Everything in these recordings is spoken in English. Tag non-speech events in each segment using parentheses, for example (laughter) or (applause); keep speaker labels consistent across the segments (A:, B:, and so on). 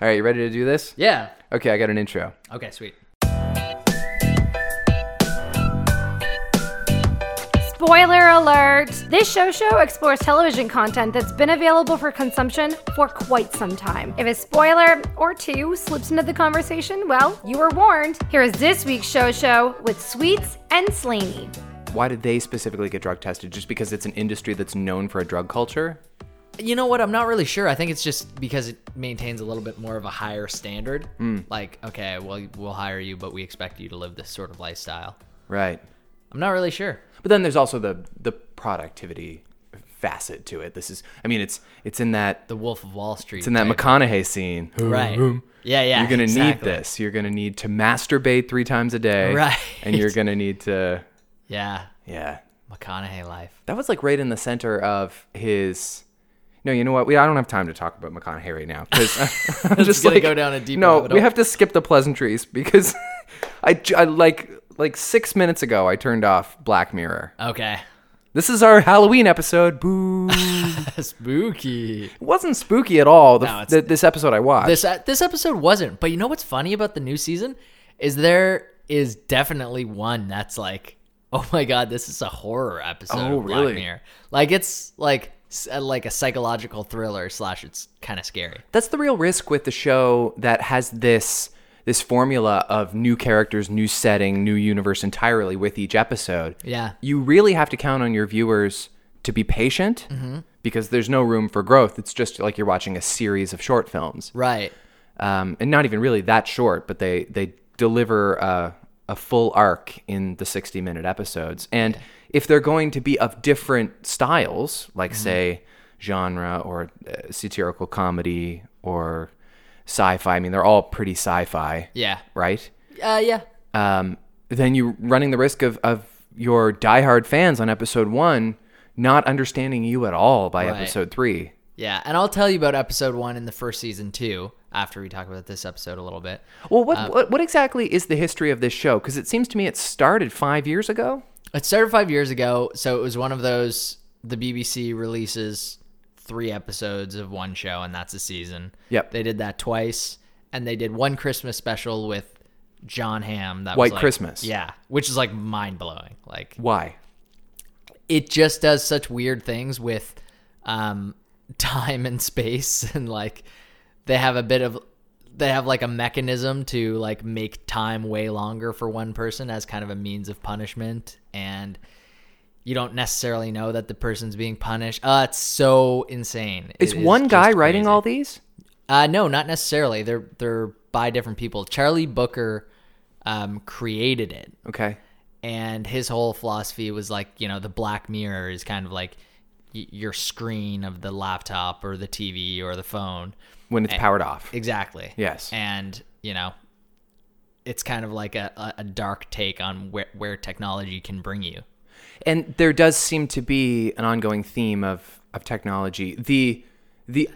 A: All right, you ready to do this?
B: Yeah.
A: Okay, I got an intro.
B: Okay, sweet.
C: Spoiler alert! This show show explores television content that's been available for consumption for quite some time. If a spoiler or two slips into the conversation, well, you were warned. Here is this week's show show with Sweets and Slaney.
A: Why did they specifically get drug tested? Just because it's an industry that's known for a drug culture?
B: You know what? I'm not really sure. I think it's just because it maintains a little bit more of a higher standard.
A: Hmm.
B: Like, okay, well, we'll hire you, but we expect you to live this sort of lifestyle.
A: Right.
B: I'm not really sure.
A: But then there's also the the productivity facet to it. This is I mean it's it's in that
B: The Wolf of Wall Street.
A: it's in that
B: type.
A: McConaughey scene.
B: Right. Yeah, yeah.
A: You're gonna
B: exactly.
A: need this. You're gonna need to masturbate three times a day.
B: Right.
A: And you're gonna need to
B: Yeah.
A: Yeah.
B: McConaughey life.
A: That was like right in the center of his. No, you know what? We I don't have time to talk about McConaughey right now
B: (laughs)
A: because (laughs) I'm just
B: gonna
A: like
B: go down a deep
A: No,
B: rabbit
A: we
B: hole.
A: have to skip the pleasantries (laughs) because I, ju- I like like six minutes ago I turned off Black Mirror.
B: Okay. (laughs)
A: This is our Halloween episode. Boo! it
B: Spooky.
A: wasn't spooky at all. The,
B: No, it's-
A: th- this episode I watched.
B: This uh, this episode wasn't, but you know what's funny about the new season is there is definitely one that's like, oh my god, this is a horror episode.
A: Oh,
B: of Black
A: really?
B: Mirror. Like it's like s- uh, like a psychological thriller slash. It's kind of scary.
A: That's the real risk with the show that has this this formula of new characters, new setting, new universe entirely with each episode.
B: Yeah.
A: You really have to count on your viewers to be patient because there's no room for growth. It's just like you're watching a series of short films.
B: Right.
A: Um, and not even really that short, but they they deliver a, a full arc in the 60 minute episodes. And if they're going to be of different styles, like say genre or uh, satirical comedy or sci-fi, I mean they're all pretty sci-fi,
B: Yeah.
A: right?
B: Uh, yeah.
A: um, then you're running the risk of, of your diehard fans on episode one not understanding you at all by
B: Right.
A: episode three.
B: Yeah. And I'll tell you about episode one in the first season too after we talk about this episode a little bit.
A: Well,
B: Uh,
A: what, what, what exactly is the history of this show? Because it seems to me it started five years ago.
B: It started five years ago, so it was one of those the BBC releases three episodes of one show, and that's a season.
A: Yep.
B: They did that twice, and they did one Christmas special with John Hamm. That was
A: White
B: like-
A: Christmas.
B: Yeah, which is like mind blowing. Like
A: Why?
B: it just does such weird things with um, (laughs) time and space (laughs) and like they have a bit of they have like a mechanism to like make time way longer for one person as kind of a means of punishment and you don't necessarily know that the person's being punished uh it's so insane It
A: Is one guy
B: just
A: writing
B: crazy.
A: all these?
B: Uh, no, not necessarily. They're they're by different people. Charlie Booker um, created it,
A: Okay.
B: and his whole philosophy was like, you know, the Black Mirror is kind of like y- your screen of the laptop or the TV or the phone.
A: When it's powered off.
B: Exactly.
A: Yes.
B: And you know, it's kind of like a, a, a dark take on where where technology can bring you.
A: and there does seem to be an ongoing theme of of technology the the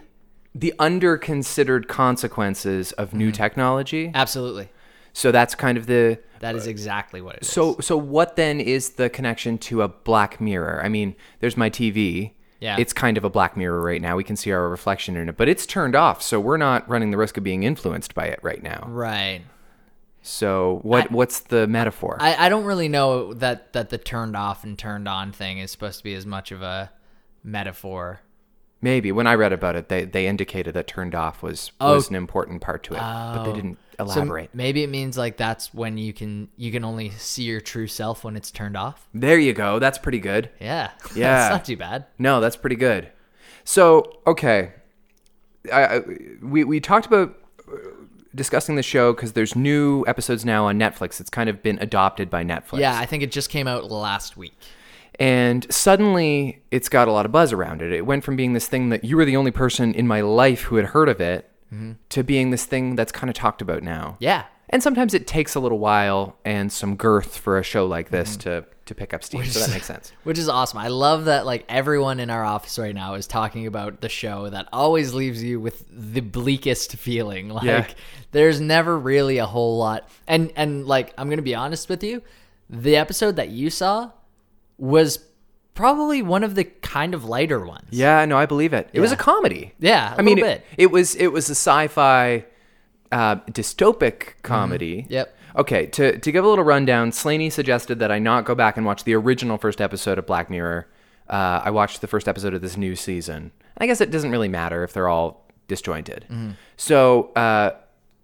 A: the underconsidered consequences of new
B: Mm-hmm.
A: technology.
B: Absolutely.
A: So that's kind of the
B: That is exactly what it is.
A: So so what then is the connection to a black mirror? I mean, there's my TV.
B: Yeah.
A: It's kind of a black mirror right now. We can see our reflection in it, but it's turned off, so we're not running the risk of being influenced by it right now.
B: right.
A: So what what's the metaphor?
B: I, I don't really know that that the turned off and turned on thing is supposed to be as much of a metaphor.
A: Maybe when I read about it, they they indicated that turned off was was an important part to it, but they didn't
B: Oh. So m-
A: elaborate.
B: maybe it means like that's when you can you can only see your true self when it's turned off.
A: there you go. That's pretty good.
B: Yeah. (laughs)
A: Yeah.
B: it's not too bad.
A: No, that's pretty good. So, okay, I, I we we talked about uh, discussing the show because there's new episodes now on Netflix. It's kind of been adopted by Netflix.
B: Yeah, I think it just came out last week.
A: and suddenly it's got a lot of buzz around it. It went from being this thing that you were the only person in my life who had heard of it to being this thing that's kind of talked about now.
B: Mm-hmm. Yeah.
A: And sometimes it takes a little while and some girth for a show like this to to pick up steam. So that makes sense.
B: Mm-hmm. Which is awesome. I love that like everyone in our office right now is talking about the show that always leaves you with the bleakest feeling. (laughs) Like
A: Yeah.
B: there's never really a whole lot. And and like I'm going to be honest with you, the episode that you saw was probably one of the kind of lighter ones.
A: Yeah, no, I believe it. It was a comedy.
B: Yeah, a
A: I mean,
B: little
A: it,
B: bit.
A: it was it was a sci-fi uh, dystopic comedy.
B: Mm-hmm. Yep.
A: Okay, to, to give a little rundown, Slaney suggested that I not go back and watch the original first episode of Black Mirror. Uh, I watched the first episode of this new season. I guess it doesn't really matter if they're all disjointed.
B: Mm-hmm.
A: So uh,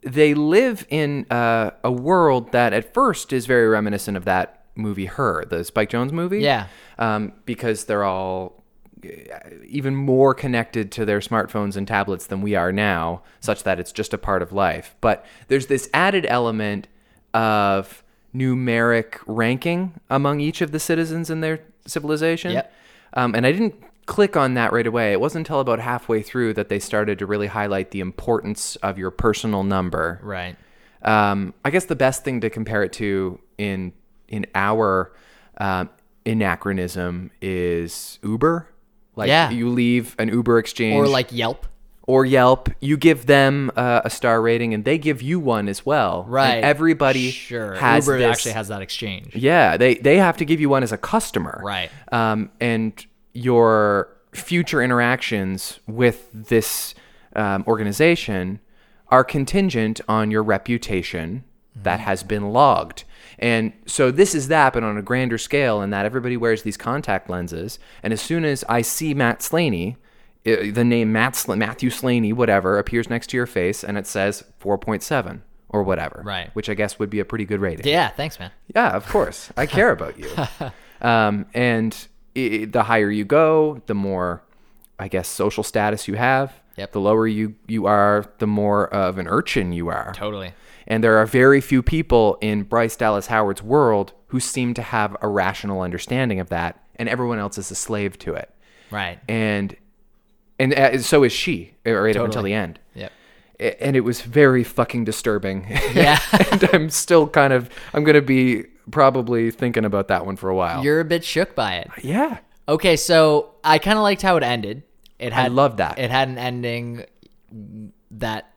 A: they live in uh, a world that at first is very reminiscent of that movie, Her, the Spike Jones movie.
B: Yeah.
A: Um, because they're all uh, even more connected to their smartphones and tablets than we are now, such that it's just a part of life. But there's this added element of numeric ranking among each of the citizens in their civilization.
B: Yep.
A: Um, and I didn't click on that right away. It wasn't until about halfway through that they started to really highlight the importance of your personal number
B: Right.
A: um, I guess the best thing to compare it to in in our um, anachronism is Uber. Like
B: Yeah.
A: you leave an Uber exchange
B: Or like Yelp.
A: or Yelp, you give them uh, a star rating and they give you one as well. And
B: Right.
A: everybody
B: sure.
A: has
B: Uber
A: this-
B: actually has that exchange.
A: yeah, they they have to give you one as a customer.
B: Right.
A: Um, and your future interactions with this um, organization are contingent on your reputation that has been logged. And so this is that, but on a grander scale, in that everybody wears these contact lenses. And as soon as I see Matt Slaney, i the name Matt Sl- Matthew Slaney, whatever, appears next to your face, and it says 4.7 or whatever,
B: Right.
A: Which I guess would be a pretty good rating.
B: Yeah. Thanks, man.
A: Yeah, of course. I care about
B: (laughs)
A: you. Um, and i the higher you go, the more, I guess, social status you have.
B: Yep.
A: The lower you, you are, the more of an urchin you are.
B: Totally.
A: And there are very few people in Bryce Dallas Howard's world who seem to have a rational understanding of that, and everyone else is a slave to it.
B: Right.
A: And and uh, so is she, right up until
B: Totally.
A: the end.
B: Yep.
A: A- And it was very fucking disturbing.
B: (laughs) Yeah.
A: (laughs) and I'm still kind of I'm gonna be probably thinking about that one for a while.
B: You're a bit shook by it.
A: yeah.
B: Okay, so I kind of liked how it ended. It had
A: love that.
B: It had an ending that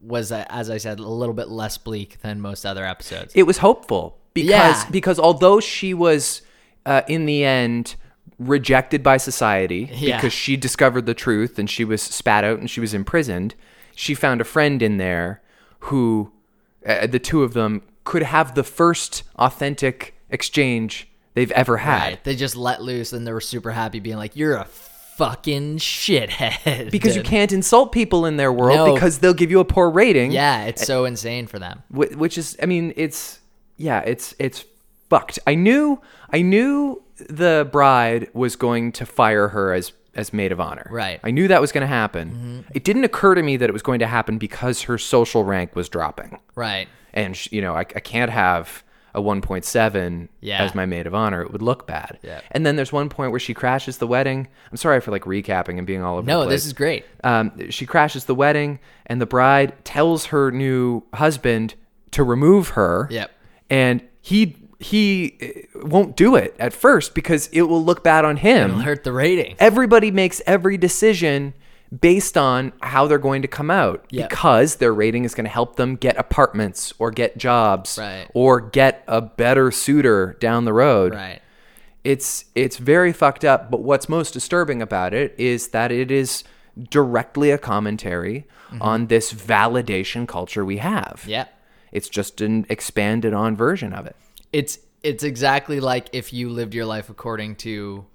B: was, uh, as I said, a little bit less bleak than most other episodes.
A: It was hopeful because
B: Yeah.
A: because although she was uh, in the end rejected by society
B: Yeah.
A: because she discovered the truth and she was spat out and she was imprisoned, she found a friend in there who uh, the two of them could have the first authentic exchange they've ever had.
B: Right, They just let loose, and they were super happy, being like, "You're a fucking shithead."
A: Because
B: (laughs)
A: you
B: And-
A: can't insult people in their world
B: No.
A: because they'll give you a poor rating.
B: Yeah, it's so insane for them.
A: Wh- which is i mean it's yeah it's it's fucked i knew i knew the bride was going to fire her as as maid of honor
B: Right. Mm-hmm.
A: i knew that was going to happen it didn't occur to me that it was going to happen because her social rank was dropping
B: Right.
A: and sh you know I, I can't have a 1.7
B: Yeah.
A: as my maid of honor it would look bad
B: Yeah.
A: and then there's one point where she crashes the wedding i'm sorry for like recapping and being all over the
B: No,
A: place
B: this is great.
A: um, she crashes the wedding, and the bride tells her new husband to remove her.
B: Yep.
A: And he he uh, won't do it at first because it will look bad on him.
B: Hurt the rating.
A: Everybody makes every decision based on how they're going to come out
B: Yep.
A: because their rating is going to help them get apartments or get jobs
B: Right.
A: or get a better suitor down the road
B: Right.
A: it's it's very fucked up but what's most disturbing about it is that it is directly a commentary on this validation culture we have
B: Yep.
A: it's just an expanded on version of it
B: It's it's exactly like if you lived your life according to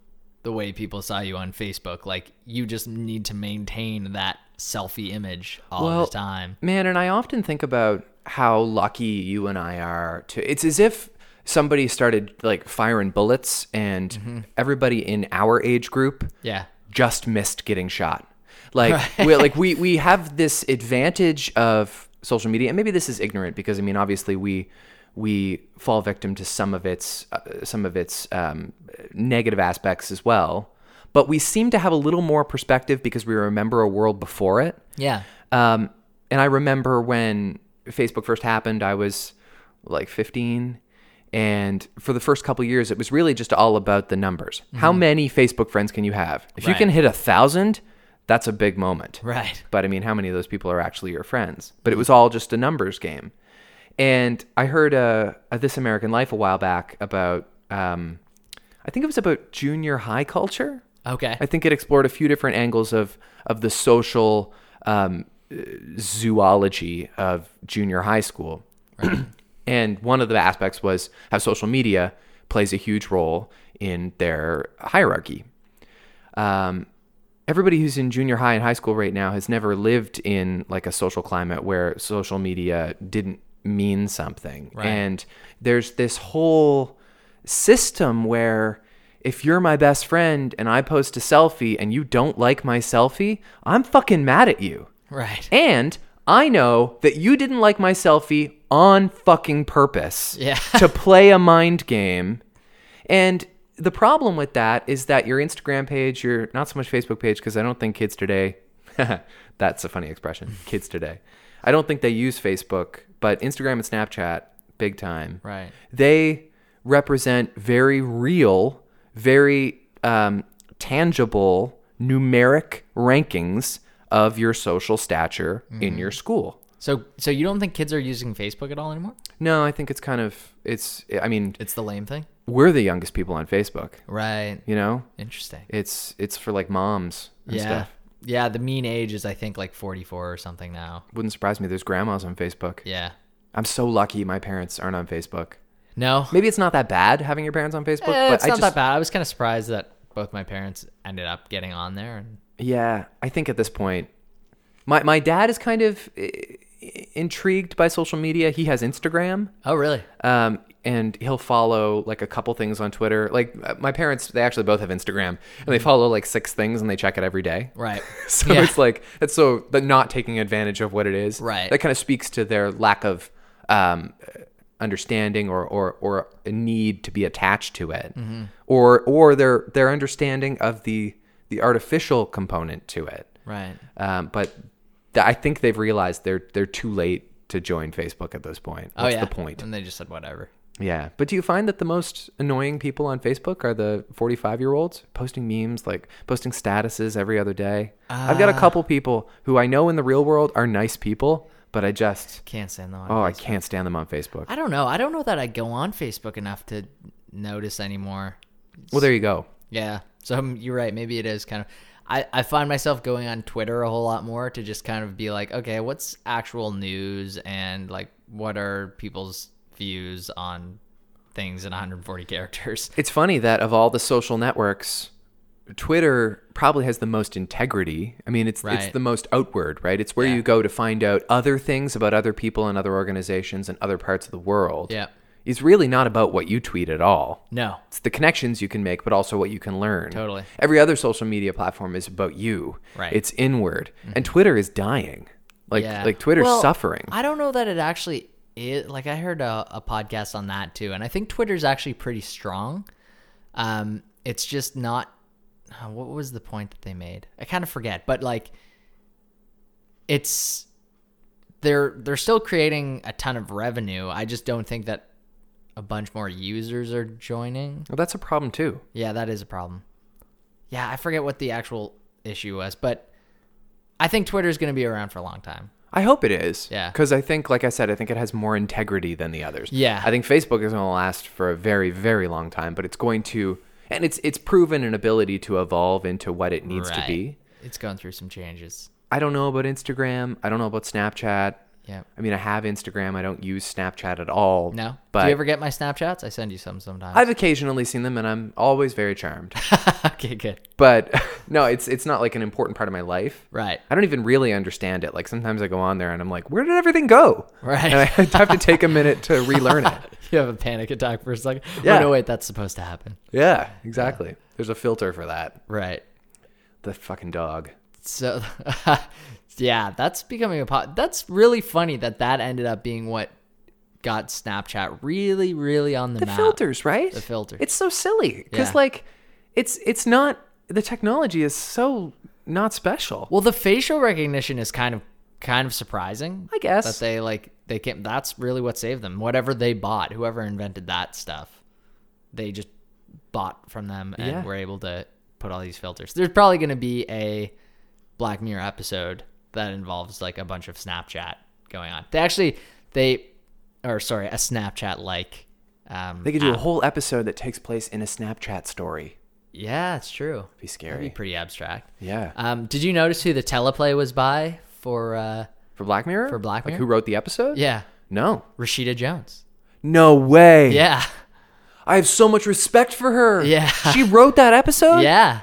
B: the way people saw you on Facebook. Like you just need to maintain that selfie image all
A: Well,
B: the time.
A: man and i often think about how lucky you and i are to it's as if somebody started like firing bullets and everybody in our age group
B: Yeah.
A: just missed getting shot. Like we like we we have this advantage of social media, and maybe this is ignorant because I mean obviously we we fall victim to some of its uh, some of its um, negative aspects as well. But we seem to have a little more perspective because we remember a world before it.
B: Yeah.
A: Um, and I remember when Facebook first happened, I was like 15. And for the first couple years, it was really just all about the numbers. How many Facebook friends can you have? If you
B: Mm-hmm. Right.
A: can hit a thousand, that's a big moment.
B: Right. Mm-hmm.
A: But I mean, how many of those people are actually your friends? But it was all just a numbers game. And I heard a, a This American Life a while back about, um, I think it was about junior high culture.
B: Okay.
A: I think it explored a few different angles of of the social um, uh, zoology of junior high school. and one of the aspects was how social media plays a huge role in their hierarchy. Um, everybody who's in junior high and high school right now has never lived in like a social climate where social media didn't mean something. And there's this whole system where if you're my best friend and I post a selfie and you don't like my selfie, I'm fucking mad at you.
B: Right.
A: And I know that you didn't like my selfie on fucking purpose
B: Yeah.
A: (laughs) to play a mind game. And the problem with that is that your Instagram page, your not so much Facebook page, because I don't think kids today, (laughs) that's a funny expression, kids today. I don't think they use Facebook, but Instagram and Snapchat, big time
B: Right.
A: they represent very real, very um, tangible numeric rankings of your social stature
B: Mm-hmm.
A: in your school.
B: So so you don't think kids are using Facebook at all anymore?
A: No, I think it's kind of it's. I mean,
B: It's the lame thing.
A: we're the youngest people on Facebook.
B: Right.
A: You know,
B: Interesting.
A: it's it's for like moms and
B: yeah.
A: stuff.
B: Yeah, the mean age is I think like 44 or something now.
A: Wouldn't surprise me. There's grandmas on Facebook.
B: Yeah.
A: I'm so lucky my parents aren't on Facebook.
B: No.
A: Maybe it's not that bad having your parents on Facebook,
B: Eh,
A: but
B: it's
A: I
B: not
A: just
B: that bad. I was kind of surprised that both my parents ended up getting on there and
A: Yeah, I think at this point, my my dad is kind of eh, intrigued by social media. He has Instagram,
B: Oh, really?
A: um, and he'll follow like a couple things on Twitter. Like uh, my parents, they actually both have Instagram, and they follow like six things, and they check it every day. (laughs)
B: Right.
A: So
B: Yeah.
A: it's like that's so the not taking advantage of what it is.
B: Right.
A: That kind of speaks to their lack of um, understanding or, or or a need to be attached to it,
B: Mm-hmm.
A: or or their their understanding of the the artificial component to it.
B: Right.
A: Um, but th- I think they've realized they're they're too late to join Facebook at this point.
B: Oh,
A: What's
B: yeah.
A: the point?
B: And they just said whatever.
A: Yeah. But do you find that the most annoying people on Facebook are the 45 year olds posting memes, like posting statuses every other day? I've got a
B: Ah.
A: couple people who I know in the real world are nice people, but I just,
B: Can't stand the.
A: oh, I can't stand them on Facebook.
B: I don't know. I don't know that I go on Facebook enough to notice anymore.
A: Well, there you go.
B: Yeah. So um, you're right. Maybe it is kind of. I, I find myself going on Twitter a whole lot more to just kind of be like, okay, what's actual news and like what are people's views on things in 140 characters? (laughs)
A: It's funny that of all the social networks, Twitter probably has the most integrity. I mean, it's it's
B: Right.
A: the most outward, right? It's where you go to find out other things about other people and other organizations and other parts of the world.
B: Yeah.
A: It's really not about what you tweet at all.
B: No.
A: It's the connections you can make, but also what you can learn.
B: Totally.
A: Every other social media platform is about you.
B: Right. Mm-hmm.
A: It's inward. And Twitter is dying. Like
B: Yeah.
A: like Twitter's
B: Well,
A: suffering.
B: I don't know that it actually is. Like I heard a, a podcast on that too, and I think Twitter's actually pretty strong. Um, it's just not. uh, What was the point that they made? I kind of forget, but like, it's they're they're still creating a ton of revenue. I just don't think that a bunch more users are joining.
A: well, that's a problem too.
B: Yeah, that is a problem. Yeah, I forget what the actual issue was, but I think Twitter's going to be around for a long time.
A: I hope it is.
B: Yeah.
A: Because I think, like I said, I think it has more integrity than the others.
B: Yeah.
A: I think Facebook is going to last for a very, very long time, but it's going to, and it's it's proven an ability to evolve into what it needs to
B: Right.
A: be.
B: It's going through some changes.
A: I don't know about Instagram. I don't know about Snapchat.
B: Yeah.
A: I mean, I have Instagram. I don't use Snapchat at all.
B: No.
A: But
B: Do you ever get my Snapchats? I send you some sometimes.
A: I've occasionally seen them, and I'm always very charmed.
B: (laughs) okay, good.
A: but (laughs) no, it's it's not like an important part of my life.
B: Right. (laughs)
A: I don't even really understand it. Like sometimes I go on there and I'm like, where did everything go?
B: Right.
A: And I (laughs) have to take a minute to relearn it.
B: You have a panic attack for a second.
A: Yeah.
B: Oh, no, wait, that's supposed to happen.
A: Yeah, exactly. There's a filter for that.
B: Right.
A: The fucking dog.
B: So, (laughs) yeah, that's becoming a pot. That's really funny that that ended up being what got Snapchat really, really on the,
A: The
B: map.
A: filters, right?
B: The filter.
A: It's so silly because
B: Yeah.
A: like, it's it's not the technology is so not special.
B: Well, the facial recognition is kind of kind of surprising.
A: I guess.
B: that they like they can. That's really what saved them. Whatever they bought, whoever invented that stuff, they just bought from them and
A: Yeah.
B: were able to put all these filters. There's probably going to be a Black Mirror episode that involves like a bunch of Snapchat going on. They actually they or sorry, a Snapchat like. Um,
A: They could do a whole episode that takes place in a Snapchat story.
B: yeah, it's true.
A: Be
B: That'd be
A: scary.
B: pretty abstract.
A: yeah.
B: Um, did you notice who the teleplay was by for uh,
A: for Black Mirror?
B: For Black
A: Like
B: Mirror?
A: who wrote the episode?
B: Yeah,
A: No.
B: Rashida Jones.
A: No way.
B: Yeah,
A: I have so much respect for her.
B: Yeah.
A: She wrote that episode?
B: yeah.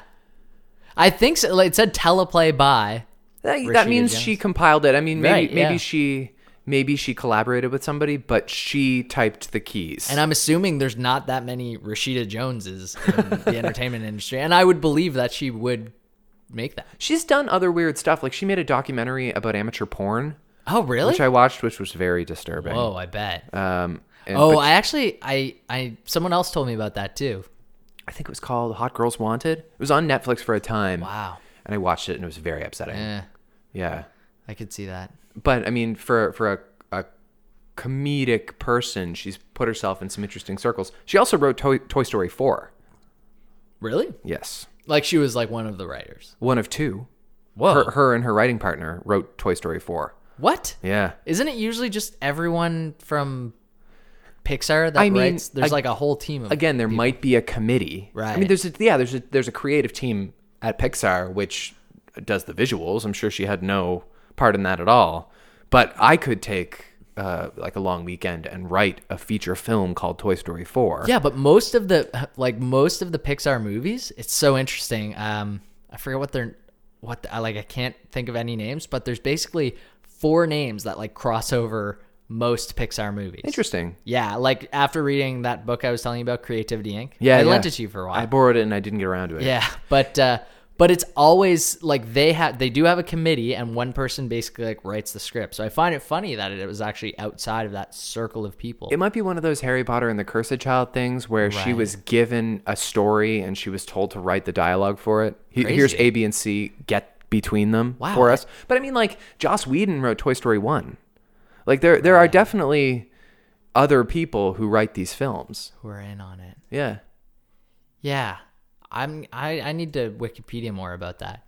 B: I think so. Like, it said teleplay by.
A: That, that
B: Rashida
A: means she compiled it. I mean, maybe
B: Right,
A: maybe
B: yeah.
A: she maybe she collaborated with somebody, but she typed the keys.
B: And I'm assuming there's not that many Rashida Joneses in (laughs) the entertainment industry, and I would believe that she would make that.
A: She's done other weird stuff. Like she made a documentary about amateur porn,
B: Oh, really?
A: which I watched, which was very disturbing.
B: Whoa, I bet.
A: Um, and-
B: oh,
A: but
B: I actually, I, I, someone else told me about that too.
A: I think it was called Hot Girls Wanted. It was on Netflix for a time.
B: Wow.
A: And I watched it, and it was very upsetting.
B: Eh,
A: Yeah.
B: I could see that.
A: but I mean, for for a, a comedic person, she's put herself in some interesting circles. She also wrote Toy, Toy Story four.
B: Really?
A: Yes,
B: Like she was like one of the writers.
A: one of two.
B: Whoa.
A: Her, her and her writing partner wrote Toy Story four.
B: What?
A: Yeah,
B: Isn't it usually just everyone from Pixar that
A: I mean,
B: writes? There's
A: ag-
B: like a whole team of
A: again, there might be a committee. I mean,
B: Right.
A: there's a, yeah, there's a there's a creative team at Pixar which does the visuals. I'm sure she had no part in that at all. But I could take. Uh, like a long weekend and write a feature film called Toy Story 4.
B: Yeah, but most of the like most of the Pixar movies, it's so interesting. Um, I forget what they're what the, I like. I can't think of any names, but there's basically four names that like cross over most Pixar movies.
A: Interesting.
B: Yeah, like after reading that book I was telling you about, Creativity Inc.
A: Yeah,
B: I
A: yeah.
B: lent it to you for a while.
A: I (laughs) borrowed it and I didn't get around to it.
B: Yeah, but uh, but it's always like they have they do have a committee and one person basically like writes the script. So I find it funny that it was actually outside of that circle of people.
A: It might be one of those Harry Potter and the Cursed Child things where she
B: Right.
A: was given a story and she was told to write the dialogue for it. He- Here's
B: Crazy.
A: A, B, and C. Get between them
B: Wow.
A: for us. But I mean, like Joss Whedon wrote Toy Story One. Like there, there are definitely other people who write these films.
B: Who are in on it?
A: Yeah.
B: Yeah, I'm I I need to Wikipedia more about that.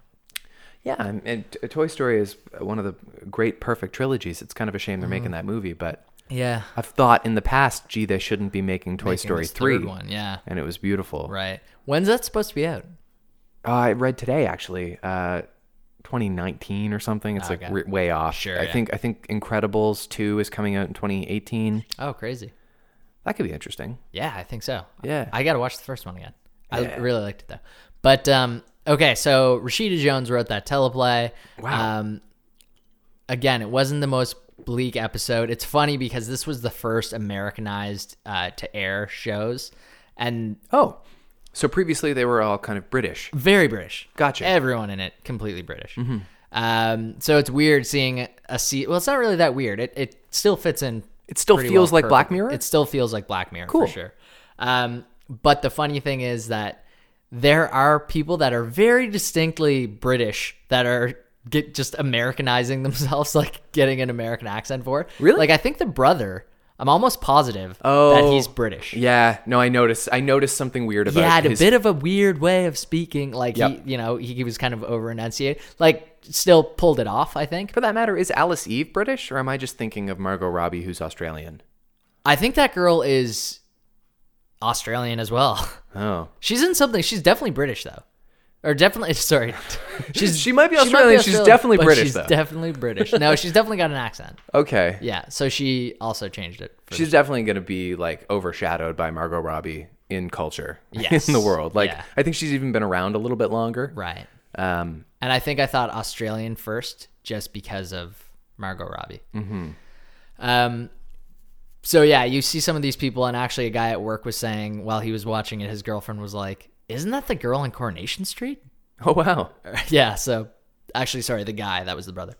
A: Yeah, and, and T- Toy Story is one of the great perfect trilogies. It's kind of a shame they're
B: Mm-hmm.
A: making that movie, but
B: Yeah,
A: I've thought in the past, gee, they shouldn't be making Toy Story three,
B: one. Yeah,
A: and it was beautiful.
B: right. When's that supposed to be out?
A: Uh, I read today actually, uh, 2019 or something. It's
B: Okay.
A: like re- way off.
B: Sure,
A: I
B: yeah.
A: think I think Incredibles 2 is coming out in 2018.
B: Oh, crazy.
A: That could be interesting.
B: Yeah, I think so.
A: Yeah.
B: I gotta watch the first one again. I really liked it though. But um, okay, so Rashida Jones wrote that teleplay.
A: Wow.
B: Um, again, it wasn't the most bleak episode. It's funny because this was the first Americanized uh, to air shows, and
A: Oh, so previously they were all kind of British.
B: very British.
A: Gotcha. Mm-hmm.
B: Everyone in it completely British. Um, so it's weird seeing a seat. Well, it's not really that weird. It it still fits in.
A: It still
B: pretty
A: feels like Black
B: perfectly.
A: Mirror?
B: It still feels like Black Mirror
A: Cool.
B: for sure. Um, but the funny thing is that there are people that are very distinctly British that are get just Americanizing (laughs) themselves, like getting an American accent for it.
A: Really?
B: Like I think the brother. I'm almost positive that
A: Oh.
B: he's British
A: Yeah. No, I noticed. I noticed something weird about.
B: he had
A: his-
B: a bit of a weird way of speaking. Like
A: Yep.
B: he, you know, he, he was kind of over enunciated. Like still pulled it off. I think.
A: For that matter, is Alice Eve British, or am I just thinking of Margot Robbie, who's Australian?
B: I think that girl is Australian as well. (laughs)
A: Oh,
B: She's in something. She's definitely British though, or definitely (laughs) sorry.
A: (laughs)
B: She's
A: She might be Australian, she's definitely
B: but
A: British,
B: She's
A: though.
B: definitely British. No, she's definitely got an accent.
A: okay.
B: Yeah. So she also changed it. For
A: She's definitely going to be like overshadowed by Margot Robbie in culture, (laughs)
B: Yes.
A: in the world. Like
B: Yeah.
A: I think she's even been around a little bit longer.
B: right.
A: Um, (laughs)
B: And I think I thought Australian first just because of Margot Robbie. Mm-hmm. Um, so yeah, you see some of these people, and actually, a guy at work was saying while he was watching it, his girlfriend was like, "Isn't that the girl on Coronation Street?" (laughs)
A: Oh wow!
B: yeah. So actually, sorry, the guy that was the brother.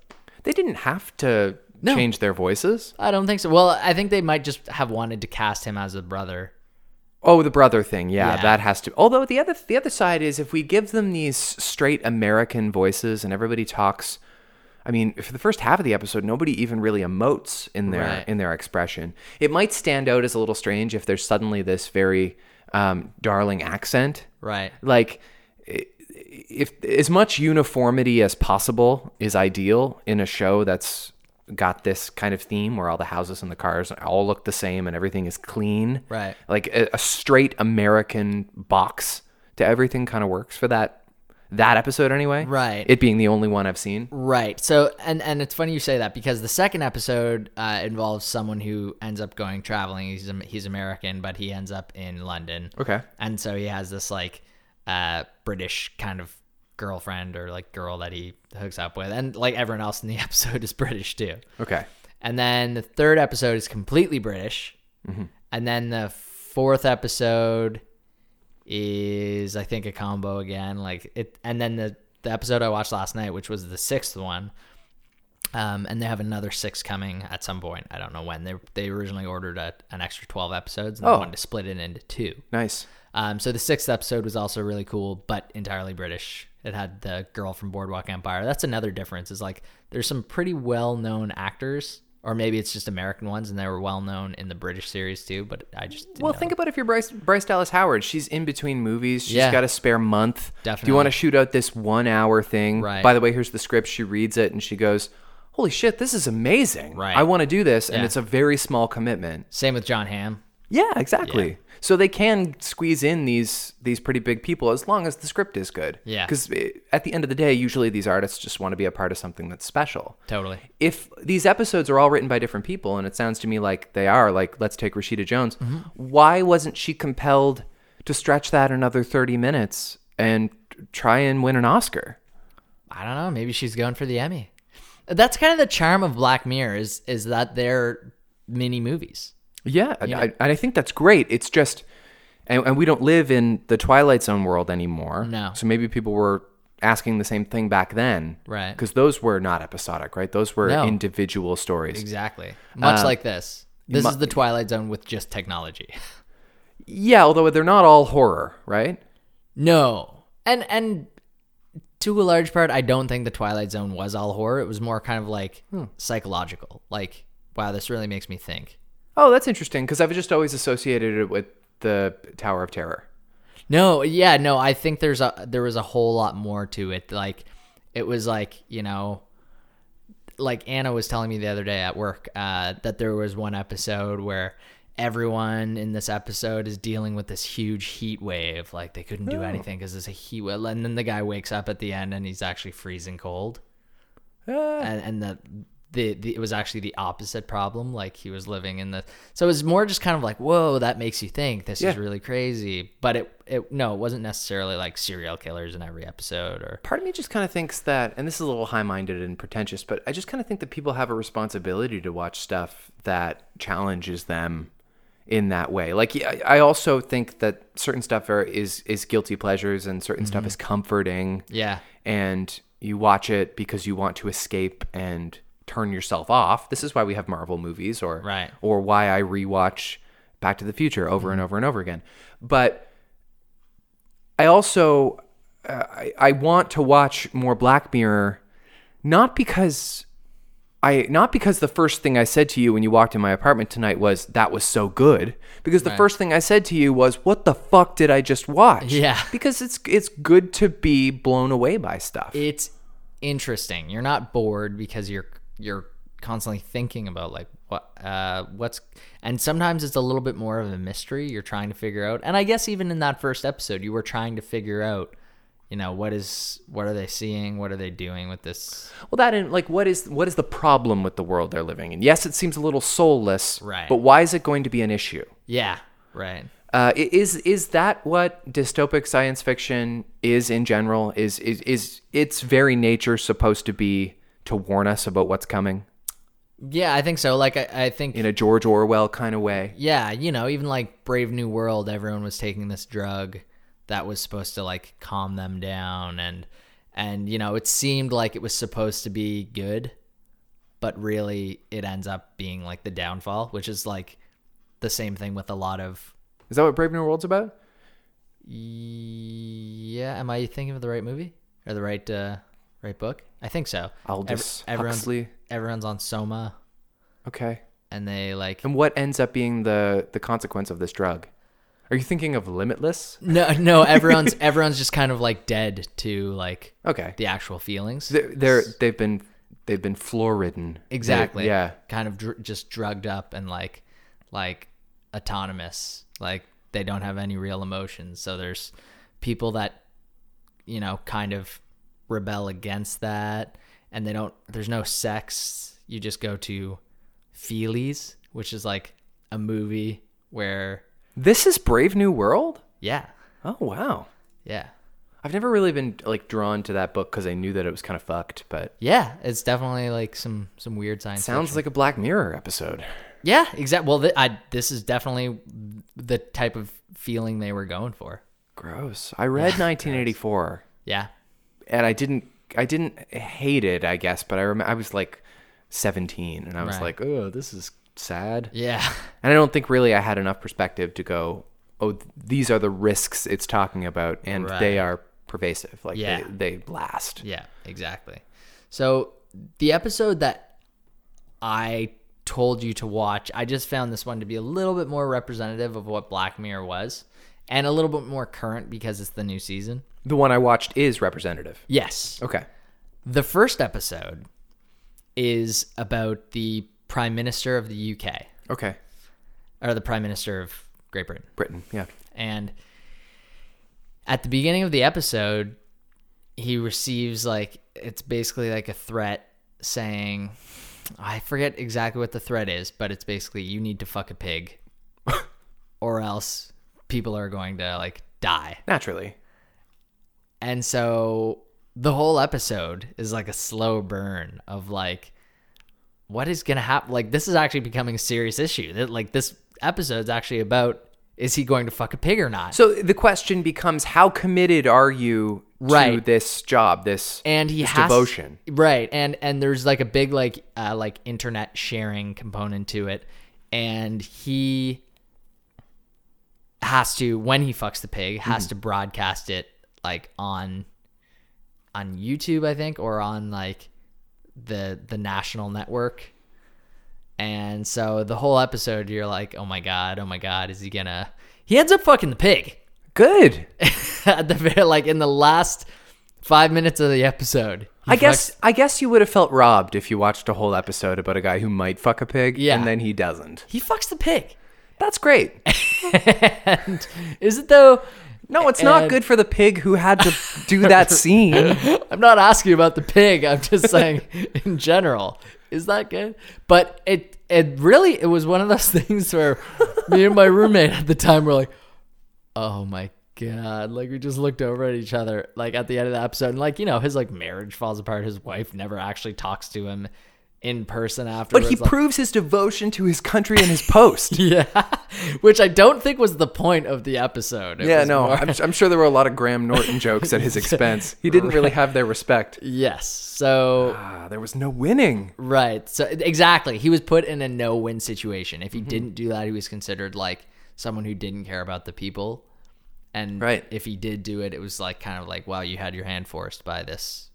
A: They didn't have to change their voices.
B: I don't think so. Well, I think they might just have wanted to cast him as a brother.
A: Oh, the brother thing. Yeah,
B: Yeah.
A: that has to. Although the other the other side is if we give them these straight American voices and everybody talks. I mean, for the first half of the episode, nobody even really emotes in their
B: Right.
A: in their expression. It might stand out as a little strange if there's suddenly this very um, darling accent.
B: Right.
A: like i- if as much uniformity as possible is ideal in a show that's got this kind of theme where all the houses and the cars all look the same and everything is clean
B: Right.
A: like a, a straight american box to everything kind of works for that that episode anyway.
B: Right.
A: It being the only one I've seen.
B: Right. So, and and it's funny you say that because the second episode uh, involves someone who ends up going traveling. He's Am- he's American, but he ends up in London.
A: Okay.
B: And so he has this like uh, British kind of girlfriend or like girl that he hooks up with, and like everyone else in the (laughs) episode is British too.
A: Okay.
B: And then the third episode is completely British, and then the fourth episode is I think a combo again. Like it, and then the the episode I watched last night, which was the sixth one. Um, and they have another six coming at some point. I don't know when. They they originally ordered a, an extra twelve episodes, and they
A: Oh.
B: wanted to split it into two.
A: Nice.
B: Um, so the sixth episode was also really cool, but entirely British. It had the girl from Boardwalk Empire. That's another difference. Is like there's some pretty well-known actors, or maybe it's just American ones, and they were well-known in the British series too. But I just didn't
A: Well,
B: know.
A: think about if you're Bryce, Bryce Dallas Howard. She's in between movies. She's
B: Yeah.
A: got a spare month. Do
B: Definitely.
A: you want to shoot out this one hour thing?
B: Right.
A: By the way, here's the script. She reads it and she goes, Holy shit, this is amazing.
B: Right.
A: I want to do this. And
B: Yeah.
A: it's a very small commitment.
B: Same with John Hamm.
A: Yeah, exactly. So they can squeeze in these these pretty big people as long as the script is good.
B: Yeah.
A: Because at the end of the day, usually these artists just want to be a part of something that's special.
B: Totally.
A: If these episodes are all written by different people, and it sounds to me like they are, like let's take Rashida Jones,
B: Mm-hmm.
A: why wasn't she compelled to stretch that another thirty minutes and try and win an Oscar?
B: I don't know. Maybe she's going for the Emmy. That's kind of the charm of Black Mirror is is that they're mini movies.
A: Yeah, and I, and I think that's great. It's just, and, and we don't live in the Twilight Zone world anymore.
B: No.
A: So maybe people were asking the same thing back then.
B: Right.
A: Because those were not episodic, right? Those were
B: No.
A: individual stories.
B: Exactly. Much
A: Uh,
B: like this. This is the Twilight Zone with just technology.
A: Yeah, although they're not all horror, right?
B: No. And and to a large part, I don't think the Twilight Zone was all horror. It was more kind of like psychological. Like, wow, this really makes me think.
A: Oh, that's interesting because I've just always associated it with the Tower of Terror.
B: No, yeah, no, I think there's a there was a whole lot more to it. Like it was like, you know, like Anna was telling me the other day at work uh, that there was one episode where everyone in this episode is dealing with this huge heat wave. Like they couldn't do anything because it's a heat wave. And then the guy wakes up at the end and he's actually freezing cold. and and the, the the it was actually the opposite problem. Like he was living in the so it was more just kind of like whoa that makes you think this is
A: Yeah.
B: really crazy. But it it no it wasn't necessarily like serial killers in every episode or
A: Part of me just kind of thinks that, and this is a little high minded and pretentious, but I just kind of think that people have a responsibility to watch stuff that challenges them in that way. Like, yeah, I I also think that certain stuff are, is, is guilty pleasures and certain stuff is comforting.
B: yeah
A: And you watch it because you want to escape and turn yourself off. This is why we have Marvel movies or,
B: Right. Mm-hmm.
A: or why I rewatch Back to the Future over and over and over again. But I also uh, I, I want to watch more Black Mirror, not because I not because the first thing I said to you when you walked in my apartment tonight was that was so good. Because the first thing I said to you was, "What the fuck did I just watch?"
B: (laughs) Yeah.
A: because it's it's good to be blown away by stuff.
B: it's interesting. You're not bored because you're you're constantly thinking about like what uh what's and sometimes it's a little bit more of a mystery you're trying to figure out. And I guess even in that first episode you were trying to figure out you know what is what are they seeing? What are they doing with this?
A: Well, that and like what is what is the problem with the world they're living in? Yes, it seems a little soulless,
B: Right.
A: But why is it going to be an issue?
B: Yeah, right.
A: Uh, i- is is that what dystopic science fiction is in general? Is is is its very nature supposed to be to warn us about what's coming
B: Yeah, I think so. Like I, I think
A: in a George Orwell kind of way?
B: yeah, you know, even like Brave New World, everyone was taking this drug that was supposed to like calm them down and and you know, it seemed like it was supposed to be good, but really it ends up being like the downfall, which is like the same thing with a lot of
A: Is that what Brave New World's about?
B: yeah, am I thinking of the right movie or the right uh right book? I think so.
A: Aldous
B: everyone's
A: Huxley.
B: everyone's on soma
A: Okay.
B: and they like
A: And what ends up being the the consequence of this drug? Are you thinking of Limitless?
B: No, (laughs) no, everyone's everyone's just kind of like dead to like
A: Okay.
B: the actual feelings.
A: They're, they're they've been they've been floor ridden.
B: exactly.
A: Yeah.
B: Kind of dr- just drugged up and like like autonomous. Like they don't have any real emotions. So there's people that you know, kind of rebel against that. And they don't, there's no sex. You just go to Feelies, which is like a movie where,
A: This is Brave New World?
B: yeah,
A: Oh, wow.
B: yeah,
A: I've never really been like drawn to that book because I knew that it was kind of fucked, but
B: yeah. It's definitely like some, some weird science.
A: sounds like a Black Mirror episode.
B: Yeah, exactly. Well, th- I, this is definitely the type of feeling they were going for.
A: Gross. I
B: (laughs)
A: read 1984
B: Yeah.
A: and I didn't I didn't hate it, I guess, but I rem- I was like 17 and I was
B: Right.
A: like, "Oh, this is sad."
B: Yeah. (laughs)
A: And I don't think really I had enough perspective to go, "Oh, th- these are the risks it's talking about and they are pervasive." Like
B: Yeah.
A: they, they last.
B: Yeah, exactly. So the episode that I told you to watch, I just found this one to be a little bit more representative of what Black Mirror was and a little bit more current because it's the new season.
A: The one I watched is representative.
B: Yes.
A: Okay.
B: The first episode is about the Prime Minister of the UK
A: Okay.
B: or the Prime Minister of Great Britain.
A: Britain. Yeah.
B: And at the beginning of the episode, he receives like it's basically like a threat saying, I forget exactly what the threat is, but it's basically you need to fuck a pig (laughs) or else people are going to like die.
A: Naturally.
B: And so the whole episode is like a slow burn of like what is going to happen like this is actually becoming a serious issue. That like this episode's actually about is he going to fuck a pig or not?
A: So the question becomes how committed are you to
B: Right.
A: this job, this
B: and he
A: this
B: has
A: devotion?
B: right and and there's like a big like uh like internet sharing component to it and he has to when he fucks the pig has to broadcast it like on on youtube i think or on like the the national network and so the whole episode you're like oh my god oh my god is he gonna he ends up fucking the pig
A: Good.
B: (laughs) at the very like in the last five minutes of the episode. He
A: I guess
B: fucks-
A: I guess you would have felt robbed if you watched a whole episode about a guy who might fuck a pig
B: Yeah.
A: and then he doesn't.
B: he fucks the pig. (laughs)
A: That's great.
B: and is it though?
A: No, it's not
B: And-
A: good for the pig who had to do (laughs) that scene.
B: I'm not asking about the pig.
A: (laughs)
B: I'm just saying in general. Is that good? But it it really it was one of those (laughs) things where me and my roommate at the time were like, oh my god like we just looked over at each other like at the end of the episode and like you know his like marriage falls apart his wife never actually talks to him in person after
A: But he proves his devotion to his country and his post.
B: (laughs) Yeah, which I don't think was the point of the episode.
A: (laughs)
B: It
A: yeah,
B: was
A: no,
B: more-
A: I'm, I'm sure there were a lot of Graham Norton jokes at his expense. (laughs) He didn't really have their respect.
B: yes. So
A: Ah, there was no winning.
B: right. So exactly, he was put in a no-win situation. If he
A: Mm-hmm.
B: didn't do that, he was considered like someone who didn't care about the people. And
A: Right.
B: if he did do it, it was like kind of like, wow, you had your hand forced by this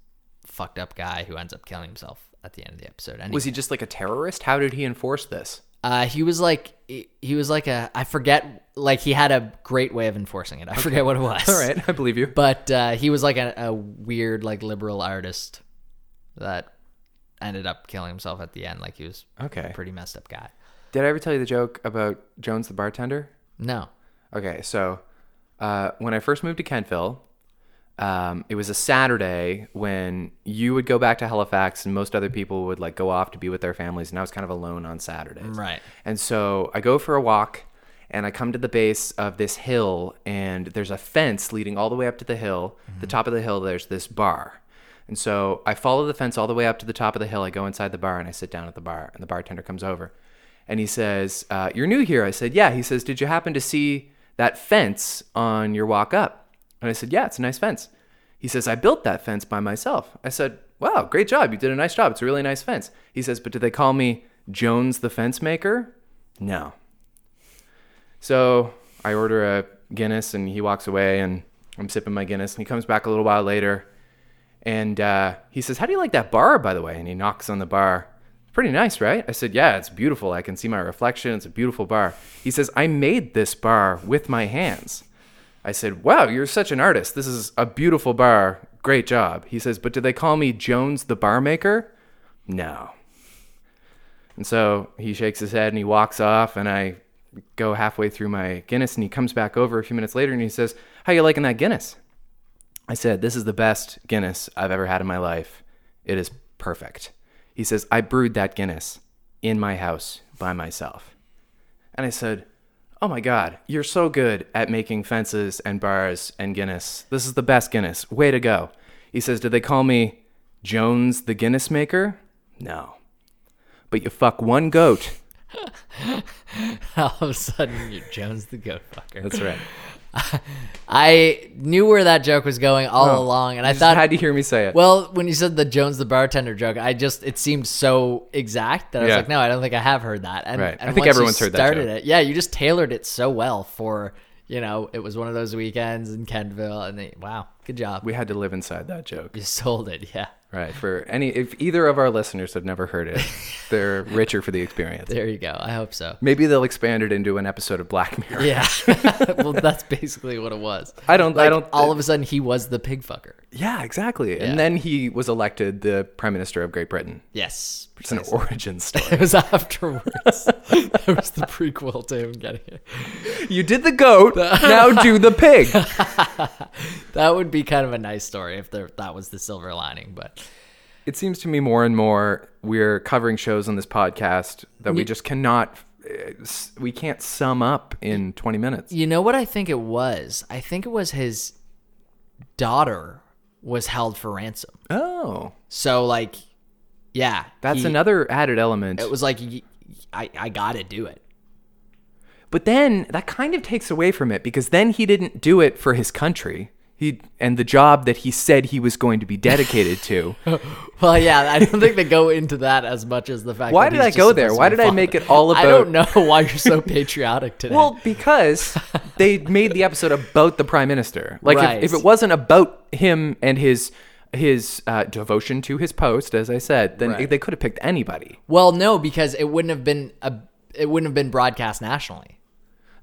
B: fucked up guy who ends up killing himself at the end of the episode. And
A: Was he just like a terrorist? How did he enforce this?
B: Uh, he was like he he was like a I forget like he had a great way of enforcing it. I forget what it
A: (laughs)
B: was.
A: All right, I believe you.
B: but uh, he was like a, a weird like liberal artist that ended up killing himself at the end like he was
A: Okay.
B: a pretty messed up guy
A: Did I ever tell you the joke about Jones the bartender?
B: no
A: Okay, so uh, when I first moved to Kentville, um, it was a Saturday when you would go back to Halifax and most other people would like go off to be with their families, and I was kind of alone on Saturdays.
B: Right.
A: And so I go for a walk and I come to the base of this hill, and there's a fence leading all the way up to the hill. The top of the hill, there's this bar. And so I follow the fence all the way up to the top of the hill. I go inside the bar and I sit down at the bar, and the bartender comes over and he says, uh, You're new here. I said, Yeah. He says, Did you happen to see that fence on your walk up? And I said, Yeah, it's a nice fence. He says, I built that fence by myself. I said, Wow, great job. You did a nice job. It's a really nice fence. He says, But do they call me Jones the fence maker? No. So I order a Guinness and he walks away and I'm sipping my Guinness and he comes back a little while later and uh, he says, How do you like that bar, by the way? And he knocks on the bar. Pretty nice, right? I said, Yeah, it's beautiful. I can see my reflection. It's a beautiful bar. He says, I made this bar with my hands. I said, Wow, you're such an artist. This is a beautiful bar. Great job. He says, But do they call me Jones the bar maker? No. And so he shakes his head and he walks off, and I go halfway through my Guinness, and he comes back over a few minutes later and he says, How you liking that Guinness? I said, This is the best Guinness I've ever had in my life. It is perfect. He says, I brewed that Guinness in my house by myself. And I said, Oh my God, you're so good at making fences and bars and Guinness. This is the best Guinness. Way to go. He says, Did they call me Jones the Guinness Maker? No. But you fuck one goat.
B: (laughs) All of a sudden, you're Jones the goat fucker.
A: That's right.
B: I knew where that joke was going (laughs) all along, and I
A: I
B: thought
A: had to hear me say it.
B: Well, when you said the Jones the bartender joke, I just it seemed so exact that I was
A: Yeah.
B: like, no, I don't think I have heard that. And,
A: Right.
B: and
A: I think
B: once you
A: everyone's heard that
B: started
A: joke.
B: It, yeah, you just tailored it so well for you know it was one of those weekends in Kentville, and they, wow, good job,
A: we had to live inside that joke.
B: you (laughs) sold it. Yeah,
A: Right. For any, if either of our listeners have never heard
B: (laughs)
A: it, they're richer for the experience.
B: there you go. I hope so.
A: (laughs) Maybe they'll expand it into an episode of Black Mirror.
B: Yeah, (laughs) well, that's basically what it was.
A: I don't. I don't.
B: All of a sudden, he was the pig fucker.
A: yeah, exactly.
B: Yeah.
A: And then he was elected the prime minister of Great Britain.
B: Yes,
A: It's an (laughs)
B: precisely.
A: origin story.
B: (laughs) It was afterwards.
A: (laughs)
B: (laughs) that was the prequel to him getting it.
A: you did the goat. now do the pig.
B: That would be kind of a nice story if there, that was the silver lining, but
A: (laughs) It seems to me more and more we're covering shows on this podcast that we just cannot. eh, s- We can't sum up in 20 minutes.
B: you know what I think it was? I think it was his daughter was held for ransom.
A: Oh,
B: So like yeah,
A: that's
B: he-
A: another added element.
B: It was like y- I I got to do it.
A: But then that kind of takes away from it because then he didn't do it for his country. He and the job that he said he was going to be dedicated (laughs) to.
B: Well, yeah, I don't think they go into that as much as the fact
A: Why
B: that
A: did
B: he's
A: I go
B: just
A: there?
B: supposed to
A: Why
B: be
A: did I
B: father.
A: make it all
B: I don't know
A: about- (laughs)
B: why you're so patriotic today.
A: well, because they made the episode about the prime minister. Like
B: Right.
A: if, if it wasn't about him and his his uh, devotion to his post, as I said, then
B: Right.
A: they could have picked anybody.
B: well, no, because it wouldn't have been a it wouldn't have been broadcast nationally.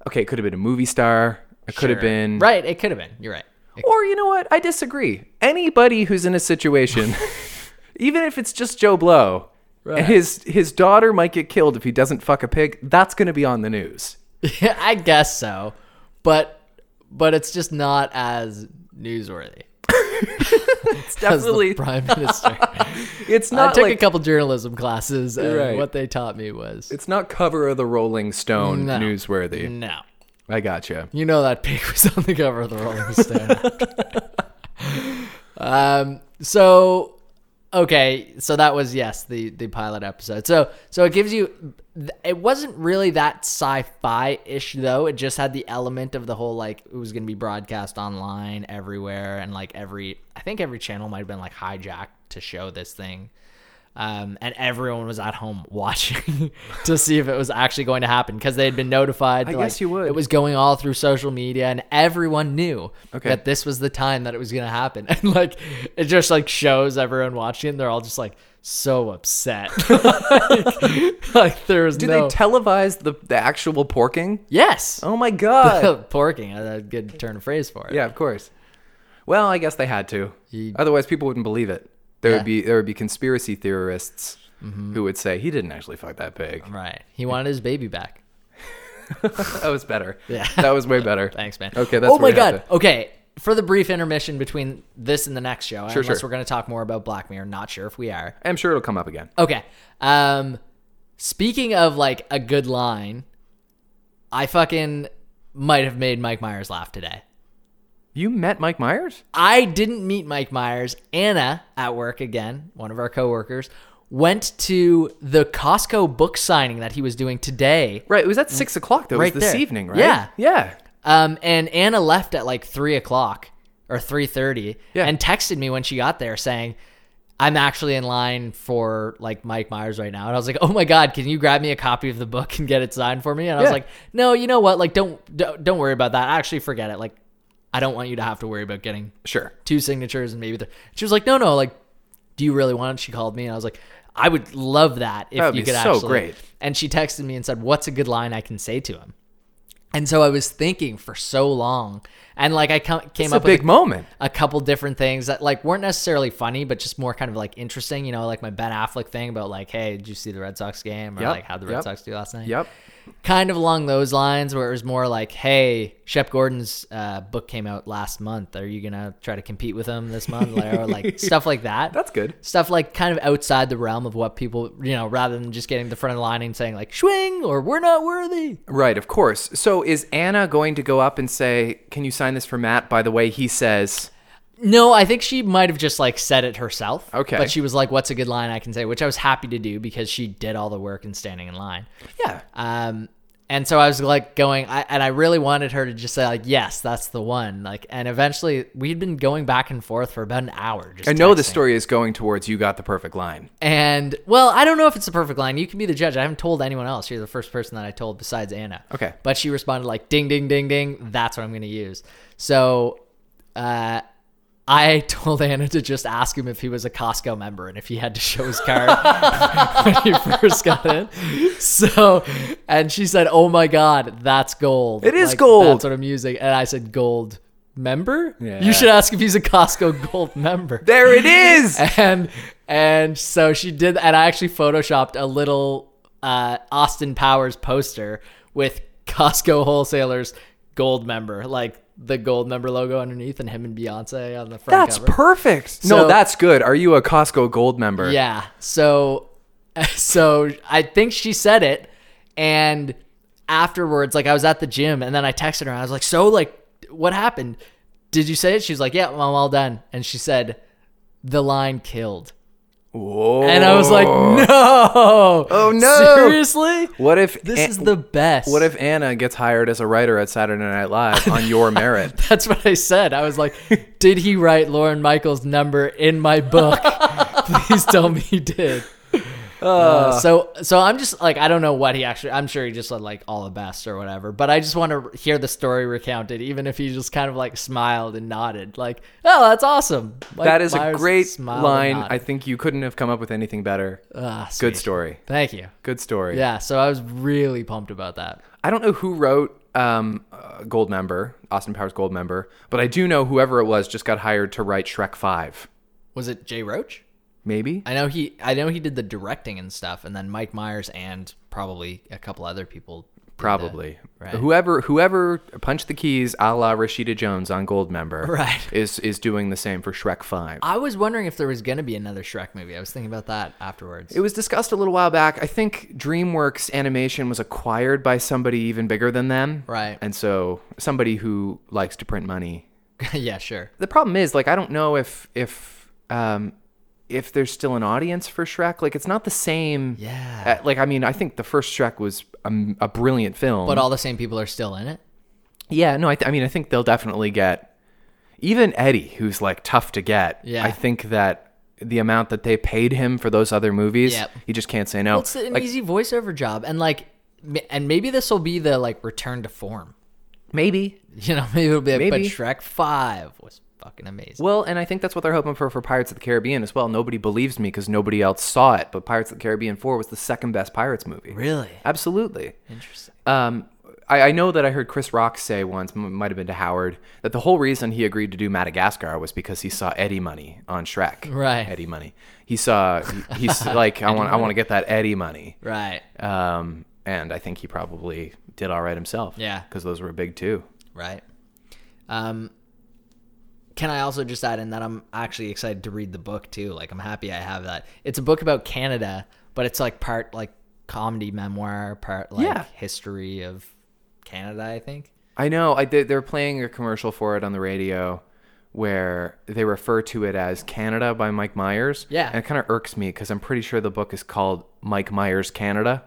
A: Okay, it could have been a movie star. It could have
B: Sure.
A: been
B: Right, it could have been. You're right. (laughs)
A: Or you know what? I disagree. Anybody who's in a situation, (laughs) even if it's just Joe Blow,
B: Right.
A: and his his daughter might get killed if he doesn't fuck a pig, that's going to be on the news.
B: I guess so, but but it's just not as newsworthy.
A: It's
B: as the
A: definitely (laughs)
B: prime minister.
A: it's
B: I
A: not
B: took a
A: like
B: couple journalism classes, and
A: Right.
B: what they taught me was
A: it's not cover of the Rolling Stone
B: No. Mm.
A: newsworthy.
B: no.
A: I gotcha.
B: You know that pig (laughs) was on the cover of the Rolling Stone.
A: (laughs)
B: um. So, okay. So that was yes, the the pilot episode. So so it gives you. th- It wasn't really that sci-fi ish though. It just had the element of the whole like it was going to be broadcast online everywhere and like every I think every channel might have been like hijacked to show this thing. Um, and everyone was at home (laughs) watching to see if it was actually going to happen because they had been notified. I
A: guess you would.
B: It was going all through social media, and everyone knew
A: Okay.
B: that this was the time that it was going to happen. (laughs) And like, it just like shows everyone watching, and they're all just like so upset. (laughs) like, like, there was
A: Did
B: no
A: they televise the the actual porking?
B: yes,
A: Oh my
B: (laughs)
A: god.
B: porking. That's a good turn of phrase for it.
A: yeah, of course. Well, I guess they had to.
B: Ye-
A: Otherwise, people wouldn't believe it. There
B: Yeah. Mm-hmm.
A: would be there would be conspiracy theorists who would say he didn't actually fuck that
B: (laughs)
A: pig. (laughs)
B: right. He wanted his baby back.
A: That was better.
B: Yeah.
A: That was way
B: (laughs)
A: better.
B: Thanks, man.
A: Okay, that's
B: Oh my
A: where we have
B: god. Okay, for the brief intermission between this and the next show,
A: Sure,
B: unless
A: sure.
B: we're going to talk more about Black Mirror, not sure if we are.
A: I'm sure it'll come up again.
B: Okay. Um speaking of like a good line, I fucking might have made Mike Myers laugh today.
A: You met Mike Myers?
B: I didn't meet Mike Myers. Anna at work again, one of our coworkers, went to the Costco book signing that he was doing today.
A: Right. It was at six o'clock though.
B: Mm. Right
A: it was this
B: there.
A: evening, right?
B: Yeah.
A: Yeah.
B: Um, and Anna left at like three o'clock or three thirty,
A: Yeah.
B: and texted me when she got there saying, "I'm actually in line for like Mike Myers right now." And I was like, "Oh my god, can you grab me a copy of the book and get it signed for me?" And I was
A: Yeah.
B: like, "No, you know what? Like, don't don't, don't worry about that. I actually forget it. Like, I don't want you to have to worry about getting
A: Sure.
B: two signatures and maybe three. She was like, "No, no, like, do you really want?" it? She called me, and I was like, "I would love that if
A: That would
B: you
A: be
B: could
A: so
B: actually."
A: great.
B: And she texted me and said, "What's a good line I can say to him?" And so I was thinking for so long, and like I come, came
A: It's a
B: up with
A: big moment.
B: a couple different things that like weren't necessarily funny, but just more kind of like interesting. You know, like my Ben Affleck thing about like, "Hey, did you see the Red Sox game?" or
A: Yep,
B: like how the Red
A: yep,
B: Sox do last night.
A: Yep.
B: kind of along those lines where it was more like, hey, Shep Gordon's uh, book came out last month. Are you going to try to compete with him this month? Or
A: (laughs)
B: like stuff like that.
A: That's good.
B: Stuff like kind of outside the realm of what people, you know, rather than just getting to the front of the line and saying like, swing or we're not worthy.
A: Right, of course. So is Anna going to go up and say, "Can you sign this for Matt?" By the way, he says,
B: No, I think she might have just like said it herself.
A: Okay.
B: But she was like, what's a good line I can say? Which I was happy to do because she did all the work in standing in line.
A: "Yeah,
B: Um, and so I was like going, I, and I really wanted her to just say like, yes, that's the one. Like, and eventually we'd been going back and forth for about an hour. Just
A: I know the
B: texting.
A: story is going towards you got the perfect line."
B: And well, I don't know if it's the perfect line. You can be the judge. I haven't told anyone else. You're the first person that I told besides Anna.
A: Okay.
B: But she responded like, ding, ding, ding, ding. That's what I'm going to use. So, uh, I (laughs) told Anna to just ask him if he was a Costco member and if he had to show his card (laughs) when he first got in. So, and she said, "Oh my God, that's gold.
A: It is gold.
B: That's what I'm using." And I said, "Gold member?
A: Yeah.
B: You should ask if he's a Costco gold member."
A: There it is.
B: (laughs) and and so she did and i actually photoshopped a little uh austin powers poster with costco wholesalers gold member like the gold member logo underneath and him and beyonce on the front
A: that's
B: cover.
A: perfect. no,
B: So-
A: that's good. Are you a Costco Gold member?
B: yeah so (laughs) so i think she said it and afterwards like i was at the gym and then i texted her and i was like so like what happened did you say it she was like yeah well, i'm all done and she said the line killed
A: Whoa.
B: And I was like, no. Oh,
A: Oh. no.
B: Seriously?
A: "What if
B: This
A: An-
B: is the best.
A: What if Anna gets hired as a writer at Saturday Night Live on your merit?
B: (laughs) That's what I said. I was like, did he write Lauren Michaels' number in my
A: (laughs)
B: book? Please tell me he did. Uh, so so I'm just like I don't know what he actually I'm sure he just said like all the best or whatever but I just want to hear the story recounted even if he just kind of like smiled and nodded like oh that's awesome Mike
A: that is a
B: Myers
A: great
B: smiled and
A: line.
B: nodded.
A: I think you couldn't have come up with anything better.
B: Ah, sweet.
A: Good story.
B: thank you
A: Good story.
B: yeah so I was really pumped about that
A: I don't know who wrote um, uh, Gold Member, Austin Powers Gold Member, but I do know whoever it was just got hired to write Shrek 5.
B: was it Jay Roach
A: Maybe?
B: I know he I know he did the directing and stuff and then Mike Myers and probably a couple other people did the-
A: Probably.
B: right.
A: Whoever whoever punched the keys a la Rashida Jones on Gold Member
B: (laughs) Right.
A: is, is doing the same for Shrek 5.
B: I was wondering if there was going to be another Shrek movie. I was thinking about that afterwards.
A: It was discussed a little while back. I think DreamWorks Animation was acquired by somebody even bigger than them.
B: Right.
A: And so somebody who likes to print money.
B: (laughs) yeah, sure.
A: The problem is, like, I don't know if if um, if there's still an audience for Shrek. Like, it's not the same.
B: Yeah.
A: Uh, like, I mean, I think the first Shrek was a, a brilliant film.
B: But all the same people are still in it.
A: yeah, no, I, th- I mean, I think they'll definitely get even Eddie, who's like tough to get.
B: Yeah.
A: I think that the amount that they paid him for those other movies,
B: Yep.
A: he just can't say no.
B: It's an
A: Like,
B: easy voiceover job and like m- and maybe this will be the like return to form. (laughs)
A: maybe.
B: You know, maybe it'll be like,
A: Maybe.
B: but Shrek 5 was fucking amazing.
A: Well, and I think that's what they're hoping for for Pirates of the Caribbean as well. Nobody believes me because nobody else saw it, but Pirates of the Caribbean 4 was the second best Pirates movie.
B: really?
A: Absolutely.
B: Interesting.
A: Um, I, I know that I heard Chris Rock say once, m- might have been to Howard, that the whole reason he agreed to do Madagascar was because he saw Eddie money on Shrek.
B: Right.
A: Eddie money. He saw. he-
B: (laughs)
A: He's like, I want. I want to get that Eddie money.
B: Right.
A: Um, and I think he probably did all right himself.
B: Yeah.
A: Because those were big too.
B: Right. Um, can I also just add in that I'm actually excited to read the book too? Like, I'm happy I have that. It's a book about Canada, but it's like part like comedy memoir, part like
A: Yeah.
B: history of Canada, I think.
A: I know. I they, they're playing a commercial for it on the radio, where they refer to it as Canada by Mike Myers.
B: Yeah.
A: And it kind of irks me because I'm pretty sure the book is called Mike Myers Canada.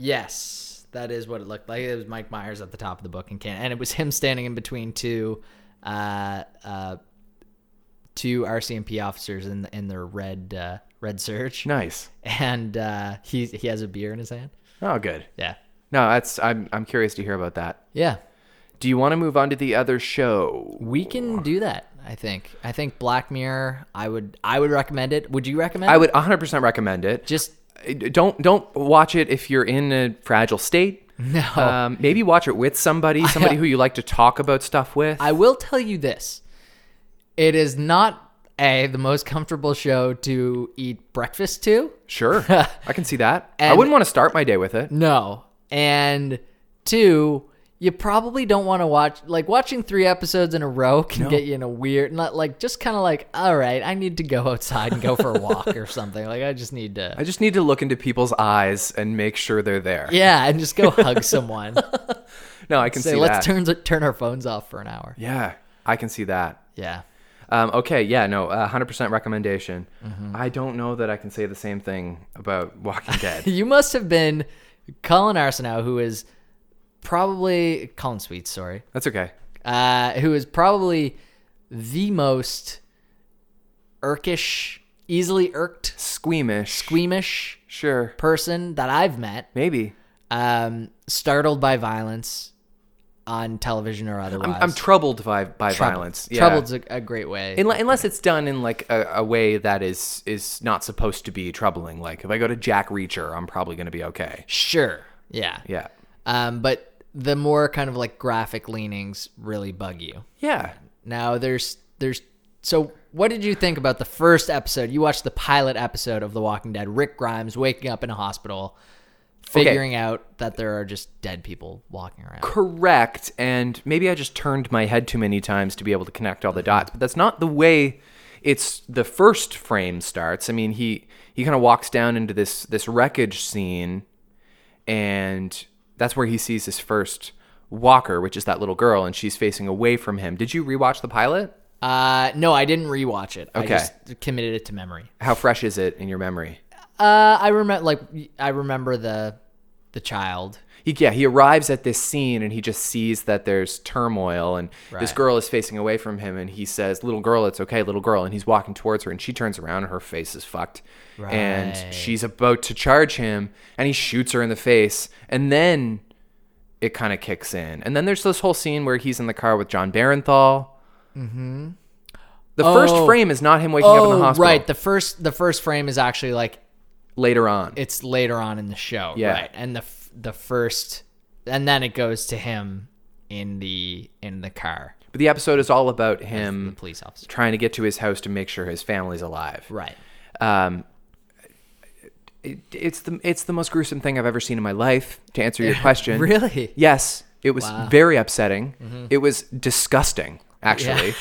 B: Yes, that is what it looked like. It was Mike Myers at the top of the book in Canada, and it was him standing in between two, uh, uh, two RCMP officers in in their red uh, red serge,
A: Nice.
B: and uh, he he has a beer in his hand.
A: Oh, good.
B: Yeah.
A: No, that's I'm I'm curious to hear about that.
B: Yeah.
A: Do you want to move on to the other show?
B: We can do that, I think. I think Black Mirror, I would I would recommend it. Would you recommend
A: I
B: it?
A: would 100% recommend it.
B: just
A: Don't don't watch it if you're in a fragile state. No. Um, maybe watch it with somebody,
B: (laughs)
A: somebody who you like to talk about stuff with.
B: I will tell you this. It is not a the most comfortable show to eat breakfast to.
A: sure, I can see that. I
B: And-
A: wouldn't want to start my day with it.
B: No. and two, you probably don't want to watch like watching three episodes in a row can get you in a weird not like just kind of like all right, I need to go outside and go for a
A: (laughs)
B: walk or something. Like I just need to
A: I just need to look into people's eyes and make sure they're there.
B: yeah, and just go hug
A: (laughs)
B: someone.
A: No, I can
B: Say
A: see that.
B: let's turn turn our phones off for an hour.
A: Yeah, I can see that.
B: Yeah.
A: Um, okay, yeah, no, uh, 100% recommendation. I don't know that I can say the same thing about Walking (laughs) Dead.
B: You must have been Colin Arsenault, who is probably Colin Sweet, sorry,
A: That's okay.
B: uh, who is probably the most irkish, easily irked,
A: Squeamish.
B: squeamish
A: sure.
B: person that I've met.
A: Maybe.
B: Um, startled by violence on television or otherwise.
A: I'm, I'm troubled by, by violence. Yeah.
B: Troubled's a, a great way.
A: Unle- Unless it's done in like a, a way that is is not supposed to be troubling. Like if I go to Jack Reacher, I'm probably going to be okay.
B: sure. Yeah.
A: Yeah.
B: Um, but the more kind of like graphic leanings really bug you.
A: Yeah.
B: Now there's there's so what did you think about the first episode? You watched the pilot episode of The Walking Dead. Rick Grimes waking up in a hospital, figuring out that there are just dead people walking around.
A: correct and maybe i just turned my head too many times to be able to connect all the dots but that's not the way it's the first frame starts i mean he he kind of walks down into this this wreckage scene and that's where he sees his first walker which is that little girl and she's facing away from him did you rewatch the pilot
B: Uh, no, I didn't rewatch it. I
A: Okay.
B: just committed it to memory.
A: how fresh is it in your memory
B: Uh, I remember like I remember the the child.
A: he, yeah, he arrives at this scene and he just sees that there's turmoil and this
B: Right.
A: girl is facing away from him and he says, "Little girl, it's okay, little girl." And he's walking towards her and she turns around and her face is fucked.
B: Right.
A: And she's about to charge him and he shoots her in the face and then it kind of kicks in. And then there's this whole scene where he's in the car with John Barenthal. Mhm. The first
B: Oh.
A: frame is not him waking up in the hospital.
B: right. The first the first frame is actually like
A: later on.
B: it's later on in the show,
A: Yeah.
B: right? And the f- the first, and then it goes to him in the in the car,
A: but the episode is all about
B: the
A: him
B: police officer,
A: trying to get to his house to make sure his family's alive.
B: right?
A: um, it, it's the it's the most gruesome thing I've ever seen in my life. To answer
B: (laughs)
A: your question,
B: Really? Mm-hmm.
A: Yes, it was very upsetting. It was disgusting, actually.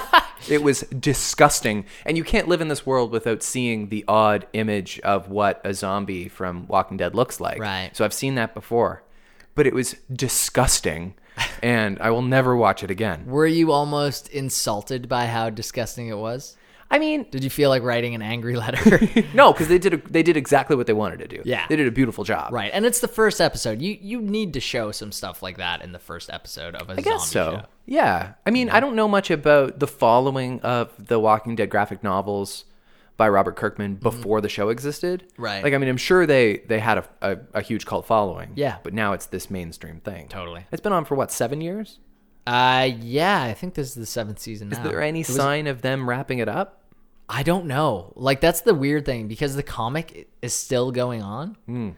A: (laughs) it was disgusting, and you can't live in this world without seeing the odd image of what a zombie from Walking Dead looks like.
B: Right.
A: So I've seen that before, but it was
B: (laughs)
A: disgusting, and I will never watch it again.
B: Were you almost insulted by how disgusting it was?
A: I mean,
B: Did you feel like writing an angry
A: (laughs)
B: (laughs) letter?
A: no, because they did a, they did exactly what they wanted to do.
B: Yeah.
A: they did a beautiful job.
B: right, and it's the first episode. You you need to show some stuff like that in the first episode of a
A: I guess so.
B: zombie show.
A: Yeah. I mean, I don't know much about the following of the Walking Dead graphic novels by Robert Kirkman before the show existed.
B: Mm-hmm. Right.
A: Like, I mean, I'm sure they they had a, a, a huge cult following.
B: Yeah.
A: But now it's this mainstream thing.
B: Totally.
A: It's been on for what seven years?
B: Uh, yeah, I think this is the seventh season now.
A: Is there any sign of them wrapping it up?
B: I don't know. Like that's the weird thing because the comic i- is still going on.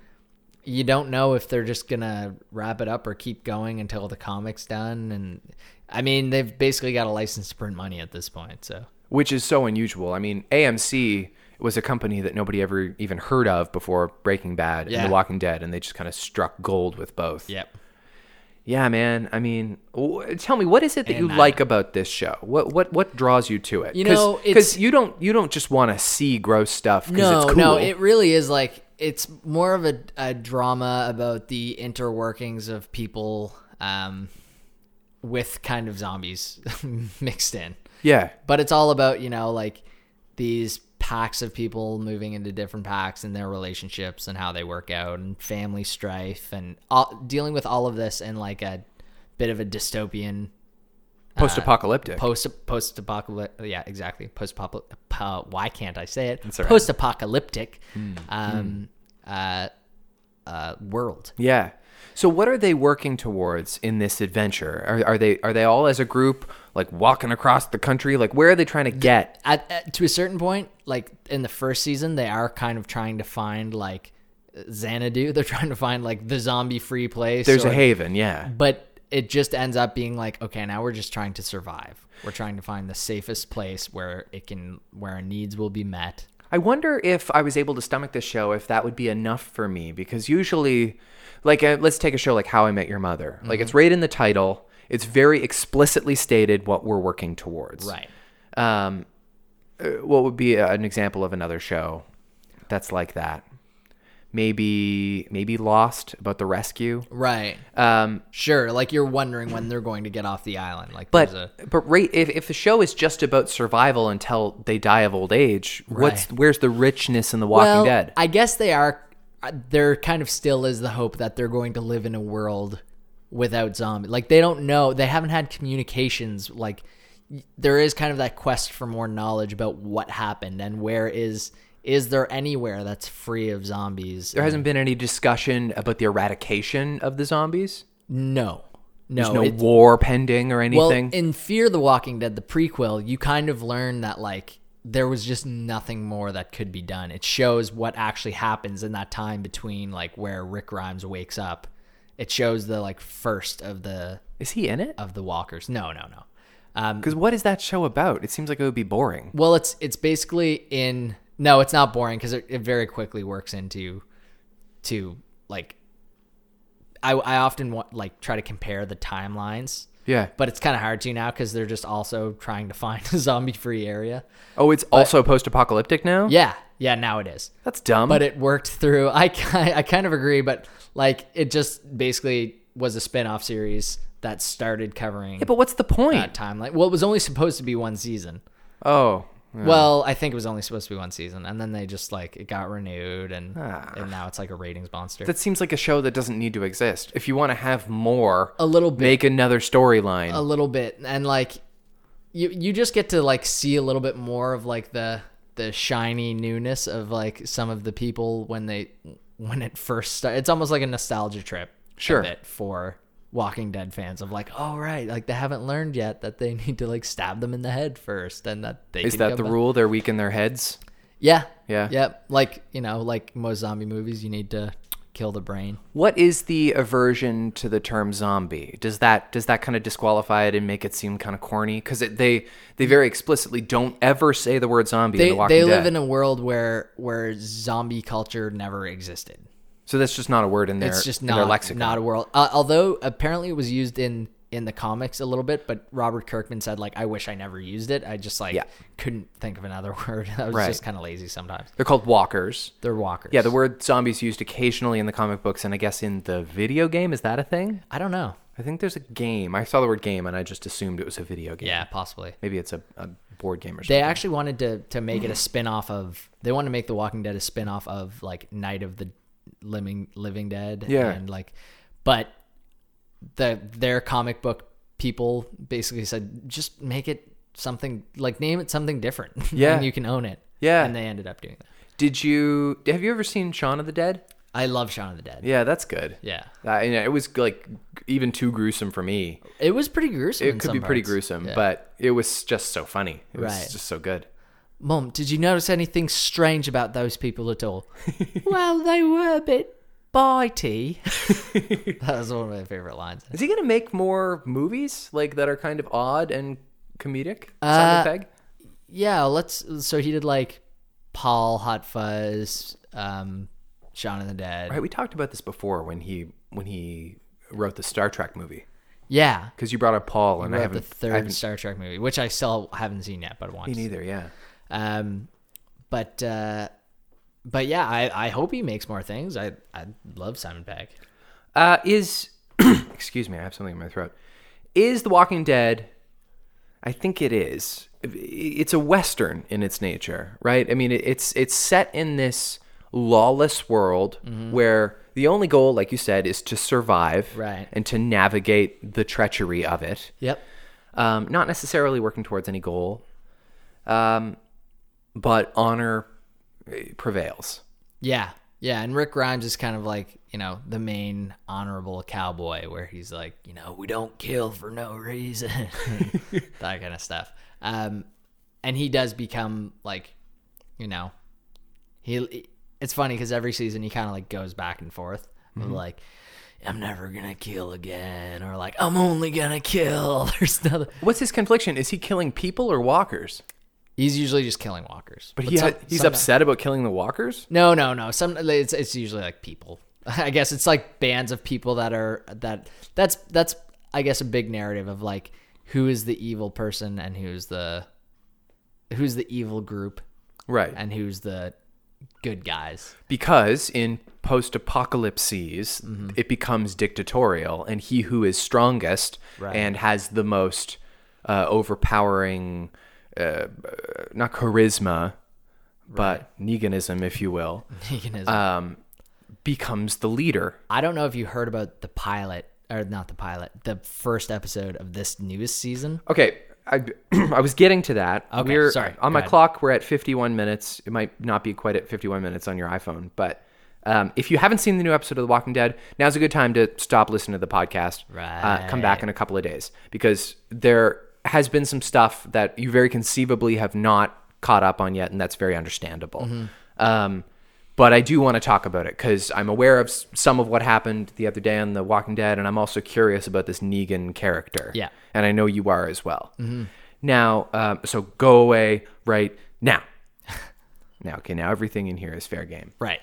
B: You don't know if they're just gonna wrap it up or keep going until the comic's done. And I mean, they've basically got a license to print money at this point. So
A: Which is so unusual. I mean, AMC was a company that nobody ever even heard of before Breaking Bad
B: Yeah.
A: and The Walking Dead, and they just kind of struck gold with both.
B: yep.
A: Yeah, man. I mean, w- tell me what is it that you
B: And I-
A: like about this show? What what what draws you to it?
B: You
A: Cause,
B: know,
A: 'cause
B: it's-
A: you don't you don't just want to see gross stuff. 'cause
B: No,
A: it's cool.
B: no, it really is like it's more of a, a drama about the interworkings of people um, with kind of zombies (laughs) mixed in.
A: yeah,
B: but it's all about you know like these packs of people moving into different packs and their relationships and how they work out and family strife and all, dealing with all of this in like a bit of a dystopian Uh,
A: post apocalyptic.
B: post post apocalyptic yeah exactly post apocalyptic uh, why can't I say it
A: all right. Hmm.
B: post apocalyptic um uh uh world
A: yeah. So what are they working towards in this adventure? Are, are they are they all as a group like walking across the country? Like where are they trying to get?
B: at, at to a certain point, like in the first season, they are kind of trying to find like Xanadu. (laughs) They're trying to find like the zombie free place.
A: There's
B: or-
A: a haven. Yeah.
B: but it just ends up being like, okay, now we're just trying to survive. We're trying to find the safest place where it can where our needs will be met.
A: I wonder if I was able to stomach this show, if that would be enough for me, because usually, like, uh, let's take a show like How I Met Your Mother. Like,
B: Mm-hmm.
A: it's right in the title, it's very explicitly stated what we're working towards.
B: Right.
A: Um, uh, what would be an example of another show that's like that? Maybe, maybe Lost about the rescue.
B: Right.
A: Um,
B: Sure. Like you're wondering when they're going to get off the island. Like
A: But
B: there's a
A: but right, if if the show is just about survival until they die of old age, what's where's the richness in The Walking
B: well,
A: Dead?
B: I guess they are. uh, There kind of still is the hope that they're going to live in a world without zombies. Like they don't know. They haven't had communications. Like y- there is kind of that quest for more knowledge about what happened and where is is there anywhere that's free of zombies?
A: there hasn't been any discussion about the eradication of the zombies.
B: no. No,
A: There's no
B: it-
A: war pending or anything.
B: Oh, Well, in Fear the Walking Dead, the prequel, you kind of learn that like there was just nothing more that could be done. It shows what actually happens in that time between like where Rick Grimes wakes up. It shows the like first of the
A: is he in it?
B: of the walkers. No, no, no. Um,
A: Because what is that show about? It seems like it would be boring.
B: well, it's it's basically in no, it's not boring because it, it very quickly works into to like I I often want like try to compare the timelines
A: Yeah.
B: but it's kind of hard to now because they're just also trying to find a zombie-free area.
A: Oh, it's also post-apocalyptic now.
B: Yeah, yeah, now it is.
A: That's dumb.
B: But it worked through. I ki- (laughs) I kind of agree, but like it just basically was a spin-off series that started covering
A: yeah, but what's the point?
B: that timeline. Well, it was only supposed to be one season.
A: oh.
B: Well, I think it was only supposed to be one season, and then they just like it got renewed, and, and now it's like a ratings monster.
A: That seems like a show that doesn't need to exist. If you want to have more,
B: a little bit
A: make another storyline.
B: a little bit and like you you just get to like see a little bit more of like the the shiny newness of like some of the people when they when it first started it's almost like a nostalgia trip a
A: Sure.
B: bit for walking dead fans of like oh right like they haven't learned yet that they (laughs) need to like stab them in the head first and that they
A: Is
B: can
A: that
B: come
A: the
B: back.
A: rule? They're weak in their heads.
B: yeah
A: Yeah.
B: yep like you know like most zombie movies you need to kill the brain
A: What is the aversion to the term zombie? Does that does that kind of disqualify it and make it seem kind of corny? Because they they very explicitly don't ever say the word zombie in
B: they,
A: The Walking
B: they live
A: Dead.
B: in a world where where zombie culture never existed
A: so that's just not a word in their
B: it's just
A: in
B: not
A: their lexicon.
B: not a world. Uh, although apparently it was used in in the comics a little bit, but Robert Kirkman said like I wish I never used it. I just like
A: Yeah.
B: couldn't think of another (laughs) word. I was
A: Right.
B: just kind of lazy sometimes.
A: They're called walkers.
B: They're walkers.
A: Yeah, the word zombies used occasionally in the comic books and I guess in the video game. Is that a thing?
B: I don't know.
A: I think there's a game. I saw the word game and I just assumed it was a video game.
B: Yeah, possibly.
A: Maybe it's a, a board game or something.
B: They actually wanted to to make it a spin-off of they wanted to make The Walking Dead a spin-off of like Night of the Living Living Dead
A: Yeah.
B: and like but the their comic book people basically said just make it something like name it something different (laughs)
A: Yeah.
B: and you can own it
A: Yeah.
B: and they ended up doing that
A: Did you have you ever seen Shaun of the Dead?
B: I love Shaun of the Dead
A: Yeah, that's good.
B: yeah
A: Uh, and it was like even too gruesome for me.
B: it was pretty gruesome
A: It could be pretty gruesome, but it was just so funny. It was
B: Right.
A: just so good.
B: mom did you notice anything strange about those people
A: (laughs)
B: at all well they were a bit bitey (laughs) that was one of my favorite lines
A: Is he going to make more movies like that are kind of odd and comedic? Simon
B: Uh,
A: Pegg?
B: Yeah, let's. So he did like Paul, Hot Fuzz, um, Shaun of the Dead.
A: Right, we talked about this before when he when he wrote the Star Trek movie
B: Yeah,
A: because you brought up Paul and I
B: Or the
A: haven't, I
B: third
A: haven't
B: Star Trek movie, which I still haven't seen yet, but
A: me
B: once.
A: neither. Yeah,
B: Um, but uh, but yeah, I, I hope he makes more things. I I love Simon Pegg.
A: uh, is (clears throat) excuse me, I have something in my throat. Is The Walking Dead? I think it is. It's a western in its nature, right? I mean, it- it's it's set in this lawless world
B: Mm-hmm.
A: where the only goal, like you said, is to survive
B: Right.
A: and to navigate the treachery of it.
B: Yep.
A: Um, not necessarily working towards any goal, um, but honor eh, prevails.
B: Yeah. Yeah, and Rick Grimes is kind of like, you know, the main honorable cowboy where he's like, you know, we don't kill for no reason. (laughs) that kind of stuff. Um and he does become like, you know, he it's funny cuz every season he kind of like goes back and forth
A: Mm-hmm.
B: of like I'm never going to kill again or like I'm only going to kill. (laughs) There's another
A: What's his confliction? Is he killing people or walkers?
B: He's usually just killing walkers.
A: But he
B: some-
A: had- he's
B: some-
A: upset about killing the walkers.
B: No, no, no. Some it's it's usually like people. (laughs) I guess it's like bands of people that are that that's that's I guess a big narrative of like who is the evil person and who's the who's the evil group
A: Right.
B: and who's the good guys. (laughs)
A: because in post-apocalypses it becomes dictatorial and he who is strongest
B: Right.
A: and has the most uh, overpowering uh, uh, not charisma but neganism if you will
B: Veganism.
A: um, becomes the leader
B: I don't know if you heard about the pilot or not the pilot, the first episode of this newest season.
A: okay I, (clears throat) I was getting to that.
B: Okay,
A: we're,
B: sorry,
A: On my
B: go ahead.
A: clock, we're at 51 minutes. It might not be quite at 51 minutes on your iPhone, but um, if you haven't seen the new episode of The Walking Dead, now's a good time to stop listening to the podcast. Uh, come back in a couple of days because there has been some stuff that you very conceivably have not caught up on yet, and that's very understandable.
B: Mm-hmm.
A: Um, but I do want to talk about it because I'm aware of s- some of what happened the other day on The Walking Dead, and I'm also curious about this Negan character
B: Yeah. Mm-hmm.
A: and I know you are as well. Now, um, so go away right now. (laughs) now, okay, now everything in here is fair game.
B: Right.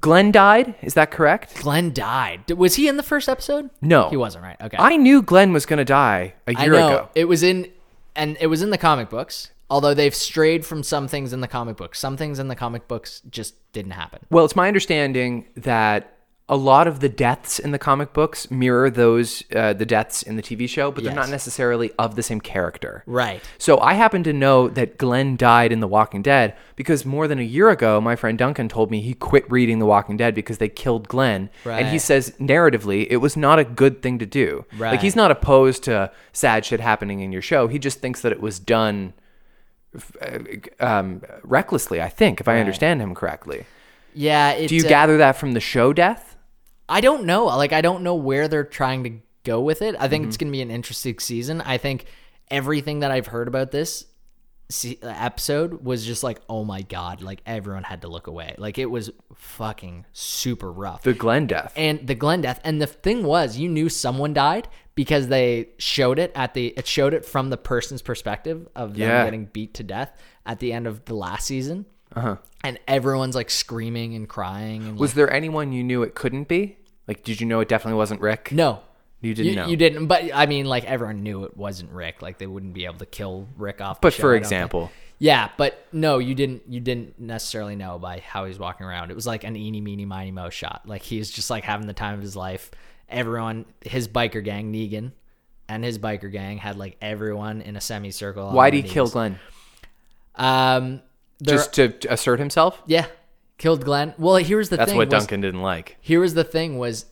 A: Glenn died. Is that correct?
B: Glenn died. D- Was he in the first episode?
A: No.
B: He wasn't, right? Okay.
A: I knew Glenn was going to die a
B: I
A: year
B: know.
A: ago.
B: It was in and it was in the comic books, although they've strayed from some things in the comic books. Some things in the comic books just didn't happen.
A: Well, it's my understanding that a lot of the deaths in the comic books mirror those uh, the deaths in the TV show, but they're
B: Yes.
A: not necessarily of the same character.
B: Right.
A: So I happen to know that Glenn died in The Walking Dead because more than a year ago, my friend Duncan told me he quit reading The Walking Dead because they killed Glenn. And he
B: Right.
A: says, narratively, it was not a good thing to do. Like,
B: Right.
A: he's not opposed to sad shit happening in your show. He just thinks that it was done um, recklessly, I think, if I understand him correctly.
B: Yeah, it,
A: Do you
B: uh,
A: gather that from the show death?
B: I don't know. Like I don't know where they're trying to go with it. I think
A: Mhm.
B: it's going to be an interesting season. I think everything that I've heard about this se- uh, episode was just like, "Oh my god, like everyone had to look away." Like it was fucking super rough.
A: The Glenn death.
B: and the Glenn death. And the thing was, you knew someone died because they showed it at the it showed it from the person's perspective of them
A: Yeah.
B: getting beat to death at the end of the last season. Uh-huh. And everyone's like screaming and crying. And
A: was there anyone you knew it couldn't be? Like, did you know it definitely wasn't Rick?
B: like, no,
A: You didn't
B: you,
A: know.
B: you didn't. But I mean, like everyone knew it wasn't Rick. Like they wouldn't be able to kill Rick off. the
A: But
B: show,
A: for
B: I don't think.
A: example,
B: Yeah, but no, you didn't. You didn't necessarily know by how he's walking around. It was like an eeny, meeny, miny, mo shot. Like he's just like having the time of his life. Everyone, his biker gang, Negan, and his biker gang had like everyone in a semicircle. on
A: why
B: their
A: did he kill
B: knees.
A: Glenn?
B: Um, there-
A: Just to to assert himself?
B: yeah, killed Glenn. Well, here's the
A: That's
B: thing.
A: what
B: was-
A: Duncan didn't like.
B: here was the thing was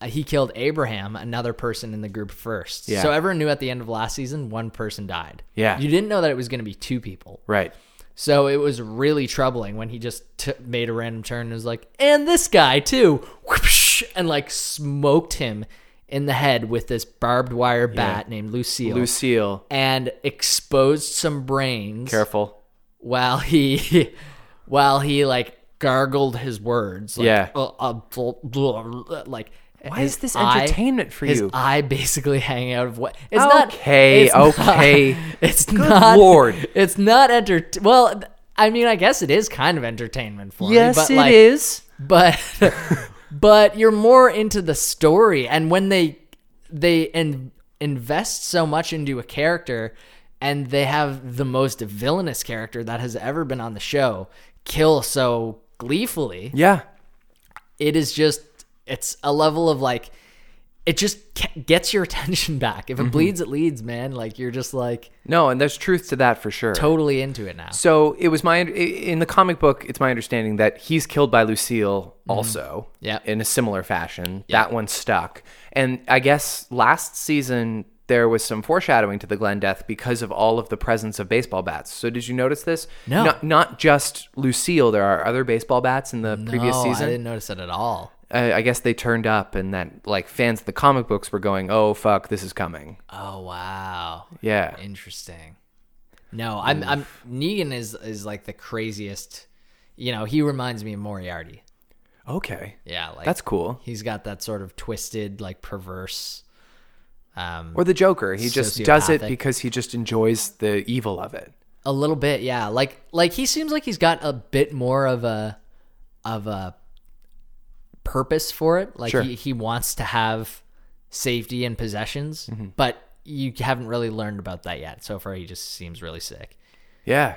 B: uh, he killed Abraham, another person in the group first.
A: Yeah.
B: So everyone knew at the end of last season, one person died.
A: Yeah.
B: You didn't know that it was going to be two people.
A: Right.
B: So it was really troubling when he just t- made a random turn and was like, and this guy too, Whoosh, and like smoked him in the head with this barbed wire bat named Lucille
A: Lucille,
B: and exposed some brains
A: careful.
B: while he (laughs) while he like gargled his words like,
A: Yeah.
B: uh, uh, bl- bl- bl- like
A: Why
B: his
A: is this
B: eye-
A: entertainment for
B: his
A: you?
B: eye basically (laughs) hanging out of what it's not
A: Okay,
B: it's not-
A: okay.
B: (laughs) it's not
A: Lord.
B: it's not enter well i mean i guess it is kind of entertainment for me but
A: it is.
B: like,
A: (laughs)
B: but but you're more into the story and when they they in, invest so much into a character and they have the most villainous character that has ever been on the show kill so gleefully
A: Yeah.
B: it is just it's a level of like it just ca- gets your (laughs) attention back
A: Mm-hmm.
B: if it bleeds it leads man like you're just like
A: No, and there's truth to that for sure.
B: totally into it now
A: So it was my in the comic book. It's my understanding that he's killed by Lucille also,
B: Mm-hmm. Yeah.
A: in a similar fashion. That one stuck, and I guess last season there was some foreshadowing to the Glenn death because of all of the presence of baseball bats. So did you notice this?
B: No.
A: not, not just Lucille. There are other baseball bats in the previous
B: No,
A: season.
B: Oh, i didn't notice it at all
A: I, I guess they turned up and that like fans of the comic books were going, "Oh fuck, this is coming."
B: oh wow
A: Yeah.
B: Interesting. No, I'm I'm Negan is is like the craziest. You know, he reminds me of Moriarty.
A: Okay.
B: Yeah, like
A: That's cool.
B: He's got that sort of twisted, like perverse. Um,
A: Or the Joker, he just does it
B: Sociopathic.
A: because he just enjoys the evil of it.
B: A little bit, yeah. Like like he seems like he's got a bit more of a of a purpose for it. Like
A: Sure.
B: he, he wants to have safety and possessions,
A: Mm-hmm.
B: but you haven't really learned about that yet. So far he just seems really sick.
A: Yeah.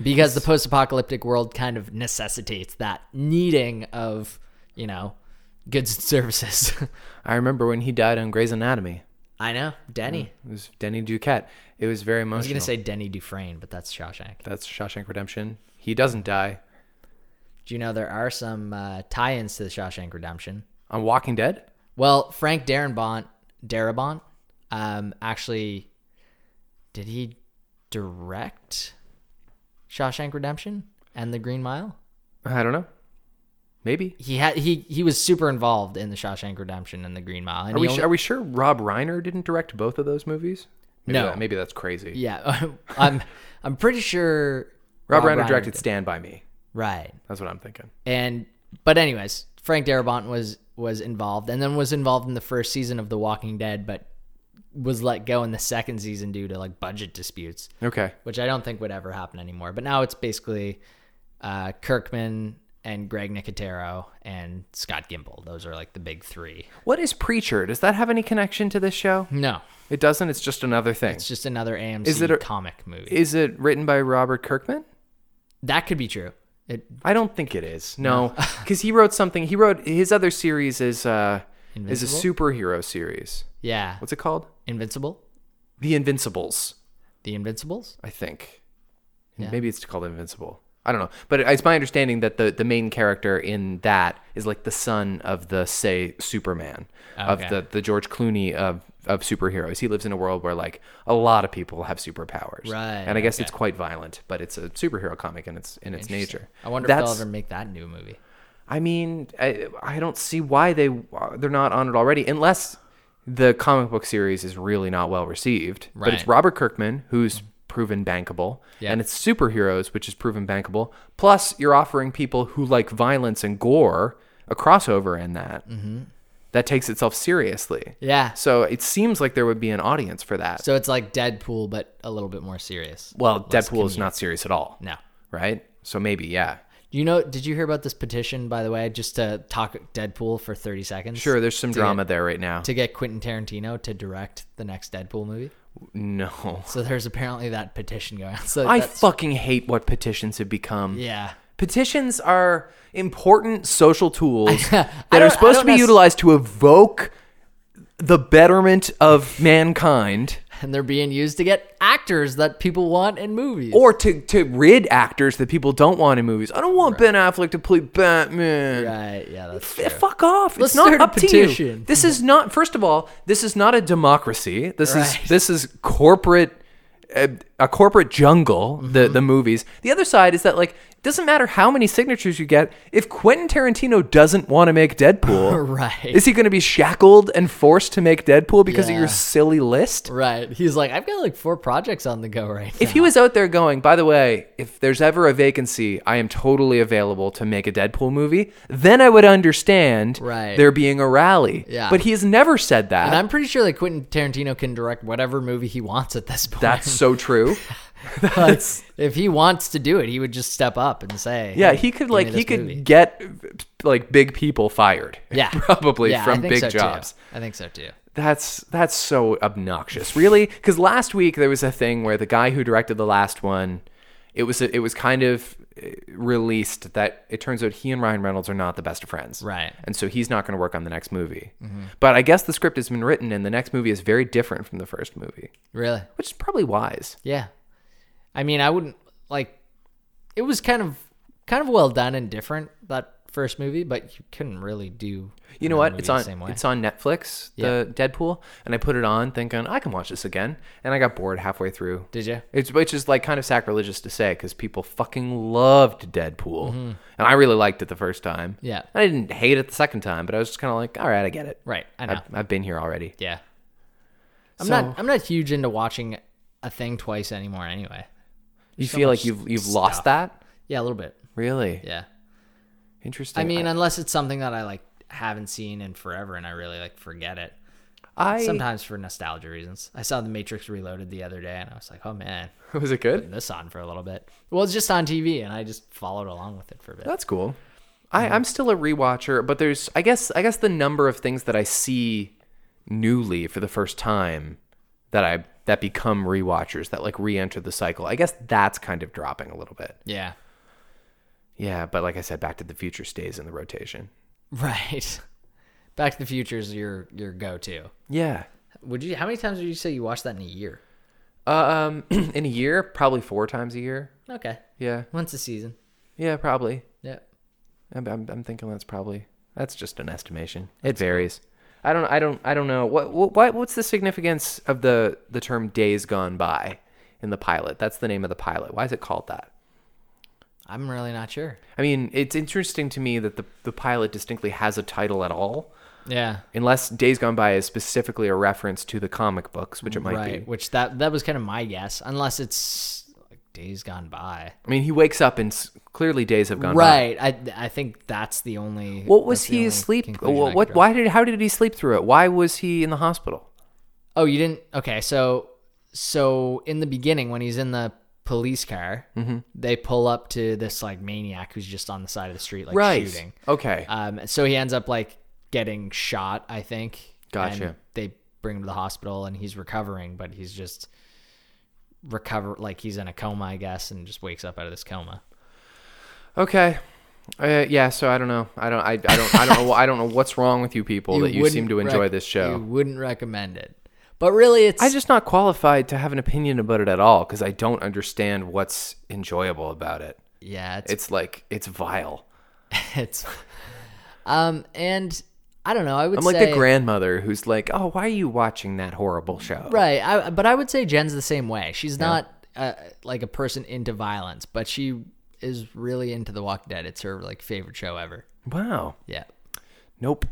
B: Because the post apocalyptic world kind of necessitates that needing of, you know, goods and services. (laughs)
A: I remember when he died on Grey's Anatomy.
B: I know. Denny.
A: It was Denny Duquette. It was very emotional.
B: I was gonna say Denny Dufresne, but that's Shawshank.
A: that's Shawshank Redemption. He doesn't die
B: Do you know there are some uh, tie-ins to the Shawshank Redemption?
A: on Walking Dead.
B: Well, Frank Darabont, Darabont, um, actually, did he direct Shawshank Redemption and The Green Mile?
A: I don't know. Maybe.
B: He had he he was super involved in the Shawshank Redemption and The Green Mile. And
A: Are
B: he
A: we,
B: only-
A: su- are we sure Rob Reiner didn't direct both of those movies? Maybe
B: No.
A: that- maybe that's crazy.
B: yeah, (laughs) I'm I'm pretty sure
A: Rob, Reiner, directed
B: did.
A: Stand By Me.
B: right.
A: That's what I'm thinking.
B: And but anyways, Frank Darabont was was involved and then was involved in the first season of The Walking Dead, but was let go in the second season due to like budget disputes,
A: Okay.
B: which I don't think would ever happen anymore. But now it's basically uh, Kirkman and Greg Nicotero and Scott Gimple. Those are like the big three.
A: What is Preacher? Does that have any connection to this show?
B: No,
A: It doesn't. It's just another thing.
B: it's just another AMC
A: Is it a-
B: comic movie.
A: Is it written by Robert Kirkman?
B: that could be true. It
A: I don't think it is. (laughs) No, because he wrote something. He wrote his other series is uh, is a superhero series.
B: yeah,
A: What's it called?
B: Invincible,
A: The Invincibles,
B: The Invincibles.
A: I think. Maybe it's called Invincible. I don't know, but it's my understanding that the the main character in that is like the son of the say Superman
B: Okay.
A: of the the George Clooney of of superheroes. He lives in a world where like a lot of people have superpowers,
B: Right,
A: And I guess
B: okay.
A: it's quite violent, but it's a superhero comic in its in its nature.
B: I wonder if
A: That's-
B: they'll ever make that new movie.
A: I mean, I, I don't see why they they're not on it already, unless the comic book series is really not well received. But it's
B: Right.
A: Robert Kirkman who's proven bankable,
B: Yeah.
A: and it's superheroes which is proven bankable. Plus, you're offering people who like violence and gore a crossover in that that takes itself seriously.
B: Mm-hmm. Yeah.
A: So it seems like there would be an audience for that.
B: So it's like Deadpool, but a little bit more serious.
A: well, Deadpool is not serious at all,
B: No.
A: right? So maybe, yeah.
B: You know, did you hear about this petition, by the way, just to talk Deadpool for 30 seconds?
A: Sure, there's some
B: To
A: drama
B: Get,
A: there right now.
B: to get Quentin Tarantino to direct the next Deadpool movie.
A: (laughs) no.
B: So there's apparently that petition going on. So
A: I
B: that's-
A: fucking hate what petitions have become.
B: Yeah.
A: Petitions are important social tools that are
B: don't- (laughs) I
A: supposed to
B: don't
A: be
B: nec-
A: utilized to evoke the betterment of mankind
B: And they're being used to get actors that people want in movies.
A: or to, to rid actors that people don't want in movies. I don't want Ben Affleck to play Batman.
B: Right. Yeah. That's (laughs)
A: F-
B: true.
A: Fuck off!
B: Let's
A: it's not
B: start a
A: up to you.
B: petition.
A: This is not. First of all, this is not a democracy. This
B: Right.
A: is this is corporate, a, a corporate jungle.
B: Mm-hmm.
A: The the movies. The other side is that like it doesn't matter how many signatures you get if Quentin Tarantino doesn't want to make Deadpool.
B: (laughs) Right.
A: Is he going to be shackled and forced to make Deadpool because of
B: Yeah.
A: your silly list?
B: Right. He's like, I've got like four projects on the go right now.
A: If he was out there going, by the way, if there's ever a vacancy, I am totally available to make a Deadpool movie, then I would understand
B: Right.
A: there being a rally.
B: Yeah.
A: But he has never said that.
B: and I'm pretty sure that Quentin Tarantino can direct whatever movie he wants at this point.
A: That's so
B: (laughs)
A: true.
B: Like,
A: (laughs)
B: if he wants to do it, he would just step up and say,
A: Yeah,
B: "Hey,
A: he could
B: give me
A: like he
B: this
A: could (laughs)
B: movie."
A: get like big people fired.
B: yeah,
A: (laughs) probably
B: Yeah, I
A: from
B: think
A: big
B: so, too.
A: jobs.
B: I think so too.
A: That's that's so obnoxious, really. Because last week there was a thing where the guy who directed the last one, it was it was kind of eh, released that it turns out he and Ryan Reynolds are not the best of friends,
B: Right. Mm-hmm.
A: And so he's not going to work on the next movie. But I guess the script has been written, and the next movie is very different from the first movie,
B: Really?
A: which is probably wise.
B: Yeah. I mean, I wouldn't like. It was kind of kind of well done and different that first movie, but you couldn't really do.
A: You know
B: another
A: what?
B: movie
A: It's
B: the
A: on
B: same way.
A: it's on Netflix, the Deadpool, and I put it on thinking I can watch this again, and I got bored halfway through.
B: Did you?
A: It's which is like kind of sacrilegious to say because people fucking loved Deadpool, and I really liked it the first time.
B: Mm-hmm. Yeah.
A: I didn't hate it the second time, but I was just kind of like, all right, I get it.
B: Right. I know.
A: I've, I've been here already.
B: yeah. I'm
A: So-
B: not. I'm not huge into watching a thing twice anymore. Anyway.
A: You feel like you've you've lost that?
B: Yeah, a little bit.
A: Really?
B: Yeah.
A: Interesting.
B: I mean, unless it's something that I like haven't seen in forever and I really like forget it.
A: I (laughs)
B: Sometimes for nostalgia reasons. I saw The Matrix Reloaded the other day, and I was like, oh man,
A: was it good?
B: putting this on for a little bit. Well, it's just on TV, and I just followed along with it for a bit.
A: That's cool.
B: Mm-hmm.
A: I, I'm still a rewatcher, but there's I guess I guess the number of things that I see newly for the first time that I that become rewatchers that like re-enter the cycle. I guess that's kind of dropping a little bit.
B: Yeah, (laughs)
A: Yeah, but like I said, Back to the Future stays in the rotation.
B: right. Back to the Future is your your go to.
A: Yeah.
B: Would you? How many times would you say you watch that in a year?
A: Um, (clears throat) in a year, probably four times a year.
B: Okay,
A: Yeah,
B: once a season.
A: yeah, probably.
B: Yeah.
A: I'm, I'm, I'm thinking that's probably that's just an estimation. it varies. I don't I don't I don't know what what what's the significance of the the term days gone by in the pilot? That's the name of the pilot. Why is it called that?
B: I'm really not sure.
A: I mean, it's interesting to me that the the pilot distinctly has a title at all,
B: Yeah.
A: unless Days Gone By is specifically a reference to the comic books, which it might
B: right.
A: be.
B: Which that that was kind of my guess, unless it's like days gone by.
A: I mean, he wakes up and s- clearly days have gone by.
B: right. I I think that's the only.
A: What was
B: that's the
A: he
B: only
A: asleep?
B: conclusion I
A: What,
B: could
A: what?
B: draw.
A: Why did? How did he sleep through it? Why was he in the hospital?
B: Oh, you didn't. Okay, so so in the beginning, when he's in the police car,
A: Mm-hmm.
B: they pull up to this like maniac who's just on the side of the street like shooting.
A: Okay.
B: Um, so he ends up like getting shot, I think.
A: Gotcha.
B: And they bring him to the hospital, and he's recovering, but he's just recover like he's in a coma, I guess, and just wakes up out of this coma.
A: okay. Uh, yeah. So I don't know. I don't. I, I don't. I don't know. I don't know what's wrong with you people that you seem
B: wouldn't
A: to enjoy
B: rec-
A: this show.
B: You wouldn't recommend it, but really, it's
A: I'm just not qualified to have an opinion about it at all because I don't understand what's enjoyable about it.
B: yeah, it's
A: It's like it's vile.
B: (laughs) it's um and I don't know. I would
A: I'm like
B: say
A: the grandmother who's like, "Oh, why are you watching that horrible show?"
B: Right. I, but I would say Jen's the same way. She's not uh, like a person into violence, but she is really into The Walking Dead. It's her like favorite show ever.
A: Wow.
B: Yeah.
A: Nope.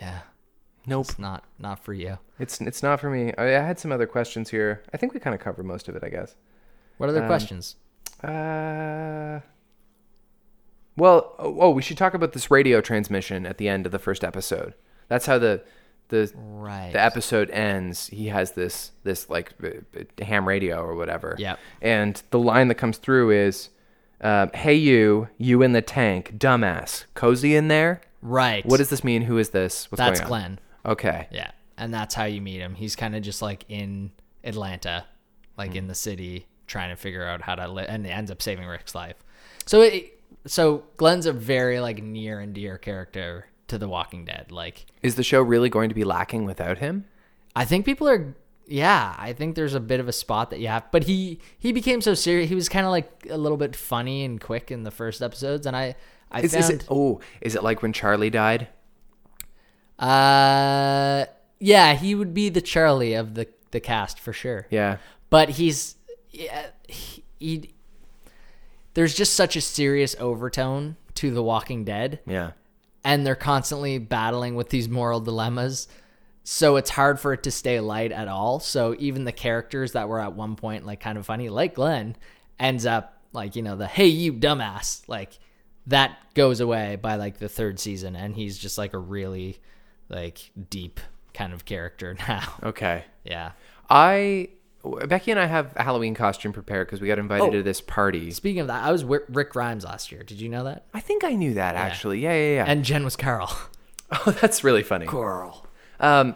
B: Yeah.
A: Nope.
B: It's not not for you.
A: It's it's not for me. I, I had some other questions here. I think we kind of covered most of it. I guess.
B: What
A: Um,
B: other questions?
A: Uh, well, oh, oh, we should talk about this radio transmission at the end of the first episode. That's how the the
B: Right.
A: the episode ends. He has this this like uh, uh, ham radio or whatever.
B: Yep.
A: And the line that comes through is, uh, "Hey you, you in the tank, dumbass, cozy in there."
B: right.
A: What does this mean? Who is this? What's
B: that's
A: going on?
B: Glenn.
A: Okay.
B: Yeah. And that's how you meet him. He's kind of just like in Atlanta, like
A: Hmm.
B: in the city, trying to figure out how to live, and it ends up saving Rick's life. So it, so Glenn's a very like near and dear character to The Walking Dead. Like
A: Is the show really going to be lacking without him?
B: I think people are yeah, I think there's a bit of a spot that you have, but he he became so serious. He was kind of like a little bit funny and quick in the first episodes, and I I
A: Is,
B: found
A: is it? Oh, is it like when Charlie died?
B: uh yeah he would be the Charlie of the the cast for sure.
A: Yeah.
B: but he's yeah, he, he there's just such a serious overtone to The Walking Dead,
A: Yeah.
B: and they're constantly battling with these moral dilemmas. So it's hard for it to stay light at all. So even the characters that were at one point like kind of funny, like Glenn, ends up like, you know, the hey you dumbass, like that goes away by like the third season and he's just like a really like deep kind of character (laughs) now.
A: Okay.
B: Yeah.
A: I Becky and I have a Halloween costume prepared because we got invited
B: Oh.
A: to this party.
B: Speaking of that, I was Wi- Rick Grimes last year. Did you know that?
A: I think I knew that actually. Yeah, yeah, yeah.
B: And Jen was Carl.
A: (laughs) oh, that's really funny.
B: Carl.
A: W-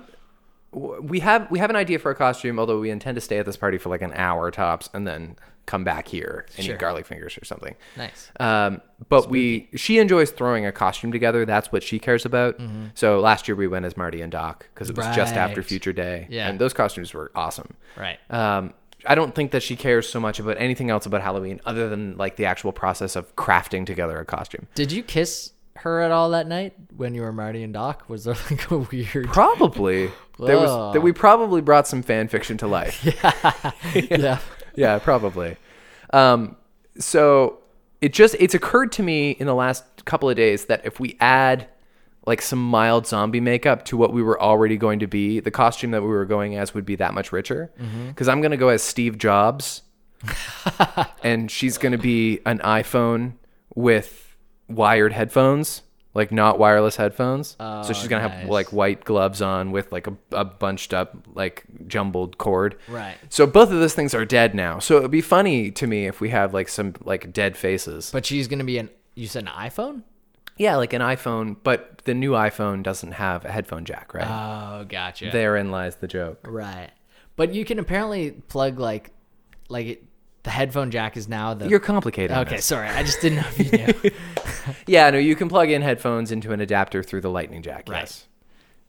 A: We have we have an idea for a costume, although we intend to stay at this party for like an hour tops and then come back here and
B: Sure.
A: eat garlic fingers or something.
B: Nice.
A: Um, but we she enjoys throwing a costume together. That's what she cares about. So last year we went as Marty and Doc because it was just after
B: Mm-hmm. Right.
A: Future Day,
B: Yeah.
A: and those costumes were awesome.
B: Right.
A: um, I don't think that she cares so much about anything else about Halloween other than like the actual process of crafting together a costume.
B: Did you kiss her at all that night when you were Marty and Doc? Was there (laughs) like a weird?
A: Probably there
B: Whoa.
A: was that we probably brought some fan fiction to life. yeah.
B: yeah.
A: (laughs) probably. Um, so it just it's occurred to me in the last couple of days that if we add like some mild zombie makeup to what we were already going to be, the costume that we were going as would be that much richer.
B: Mm-hmm.
A: Because I'm going to go as Steve
B: (laughs)
A: Jobs. and she's going to be an iPhone with wired headphones. like not wireless headphones. so she's gonna
B: Oh, nice.
A: have like white gloves on with like a, a bunched up like jumbled cord.
B: Right.
A: So both of those things are dead now. So it'd be funny to me if we had like some like dead faces.
B: But she's gonna be an. You said an iPhone?
A: yeah, like an iPhone, but the new iPhone doesn't have a headphone jack, right?
B: Oh, gotcha.
A: Therein lies the joke.
B: Right. But you can apparently plug like, like it, the headphone jack is now the.
A: You're complicated.
B: okay, sorry. I just didn't know if you knew.
A: (laughs) Yeah, no, you can plug in headphones into an adapter through the lightning jack.
B: Right.
A: Yes.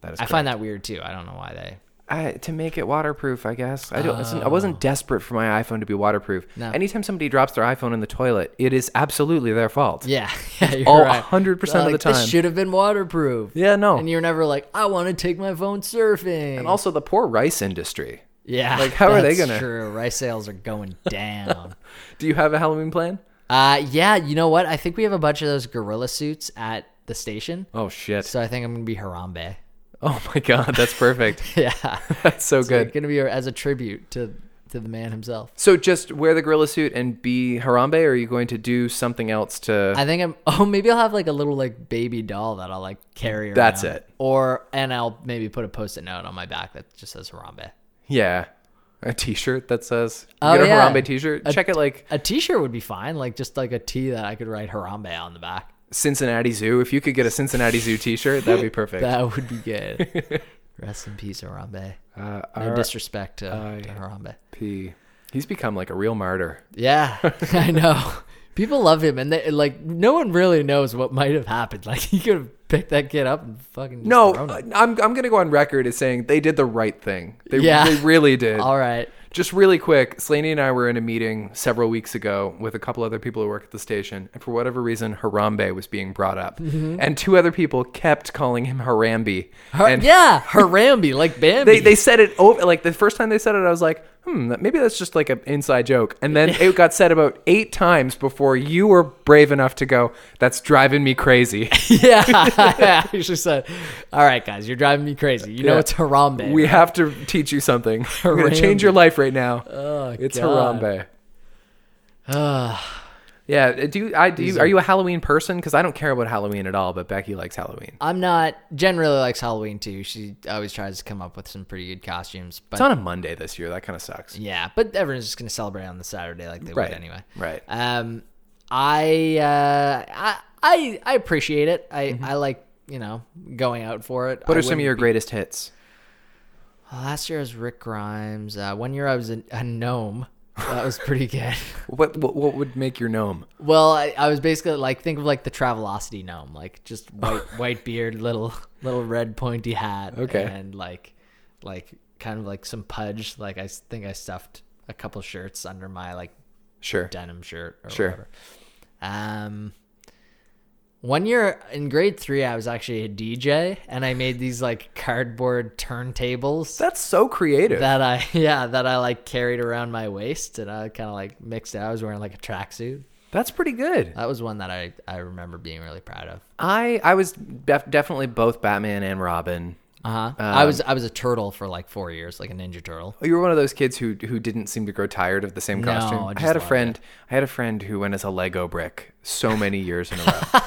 A: That is
B: I find that weird too. I don't know why they.
A: I, to make it waterproof, I guess. I don't. I wasn't desperate for my iPhone to be waterproof.
B: Oh. No.
A: Anytime somebody drops their iPhone in the toilet, it is absolutely their fault.
B: Yeah, (laughs) yeah, you're
A: All
B: right.
A: 100% of
B: Like,
A: the
B: This
A: time.
B: should have been waterproof.
A: Yeah, no.
B: And you're never like, I want to take my phone surfing.
A: And also the poor rice industry.
B: yeah,
A: like, how are they
B: that's
A: gonna-
B: True, rice sales are going
A: (laughs)
B: down.
A: Do you have a Halloween plan?
B: uh, yeah, you know what? I think we have a bunch of those gorilla suits at the station,
A: Oh shit!
B: so I think I'm gonna be Harambe. (laughs)
A: oh my god, that's perfect. (laughs)
B: Yeah,
A: that's so
B: It's
A: good.
B: gonna be as a tribute to to the man himself.
A: So just wear the gorilla suit and be Harambe, or are you going to do something else to?
B: I think I'm. (laughs) Oh, maybe I'll have like a little like baby doll that I'll like carry. Around.
A: That's it.
B: Or and I'll maybe put a post-it note on my back that just says Harambe.
A: yeah, a T-shirt that says you
B: Oh,
A: get a
B: yeah.
A: Harambe T-shirt.
B: A-
A: Check it like
B: A T-shirt would be fine, like just like a T that I could write Harambe on the back.
A: Cincinnati Zoo. If you could get a Cincinnati Zoo T-shirt, that'd be perfect.
B: That would
A: (laughs)
B: be good. Rest in peace, Harambe.
A: uh,
B: No disrespect to, to Harambe.
A: R.I.P.. He's become like a real martyr. (laughs)
B: Yeah, (laughs) I know. People love him, and they, like no one really knows what might have happened. (laughs) Like he could have picked that kid up and fucking just
A: No,
B: thrown him.
A: I- I'm I'm gonna go on record as saying they did the right thing. They,
B: Yeah.
A: they really (laughs) did.
B: All right.
A: Just really quick, Slaney and I were in a meeting several weeks ago with a couple other people who work at the station, and for whatever reason, Harambe was being brought up, and two other people kept calling him Harambe.
B: Har-
A: and (laughs)
B: yeah, Harambe, like Bambi.
A: They, they said it over like the first time they said it, I was like, hmm, that- maybe that's just like an inside joke. And then it got said about eight times before you were brave enough to go, "That's driving me crazy."
B: Yeah, (laughs) I actually said, "All right, guys, you're driving me crazy. You know
A: Yeah.
B: it's Harambe.
A: We have to teach you
B: (laughs)
A: something. We're gonna change your life right now. it's
B: Oh, God.
A: Harambe.
B: (sighs)
A: yeah. Do you, I do? You, are you a Halloween person? Because I don't care about Halloween at all, but Becky likes Halloween.
B: I'm not. Jen really likes Halloween too. She always tries to come up with some pretty good costumes, but
A: It's on a Monday this year. That kind of sucks.
B: yeah, but everyone's just gonna celebrate on the Saturday like they
A: Right.
B: would anyway.
A: Right.
B: Um, I uh, I I I appreciate it. I I like you know going out for it.
A: Mm-hmm. What
B: I
A: are some of
B: wouldn't
A: your
B: be-
A: greatest hits?
B: Last year I was Rick Grimes. Uh, one year I was a, a gnome. That was pretty good. (laughs)
A: What, what what would make your gnome?
B: Well, I, I was basically like think of like the Travelocity gnome, like just
A: (laughs)
B: white white beard, little little red pointy hat,
A: Okay.
B: and like like kind of like some pudge. Like I s- think I stuffed a couple shirts under my like
A: Sure.
B: denim shirt or
A: Sure.
B: whatever. Um, one year in grade three, I was actually a DJ, and I made these like cardboard turntables
A: That's so creative.
B: that I (laughs) yeah that I like carried around my waist, and I kind of like mixed it. I was wearing like a tracksuit.
A: That's pretty good.
B: That was one that I, I remember being really proud of.
A: I I was def- definitely both Batman and Robin.
B: Uh-huh. I
A: Um,
B: was I was a turtle for like four years, like a ninja turtle. (laughs)
A: Oh, You were one of those kids who who didn't seem to grow tired of the same
B: No,
A: costume.
B: I
A: I,
B: just
A: had a
B: loved
A: friend. I had a friend who went as a Lego brick
B: (laughs)
A: so many years in a row.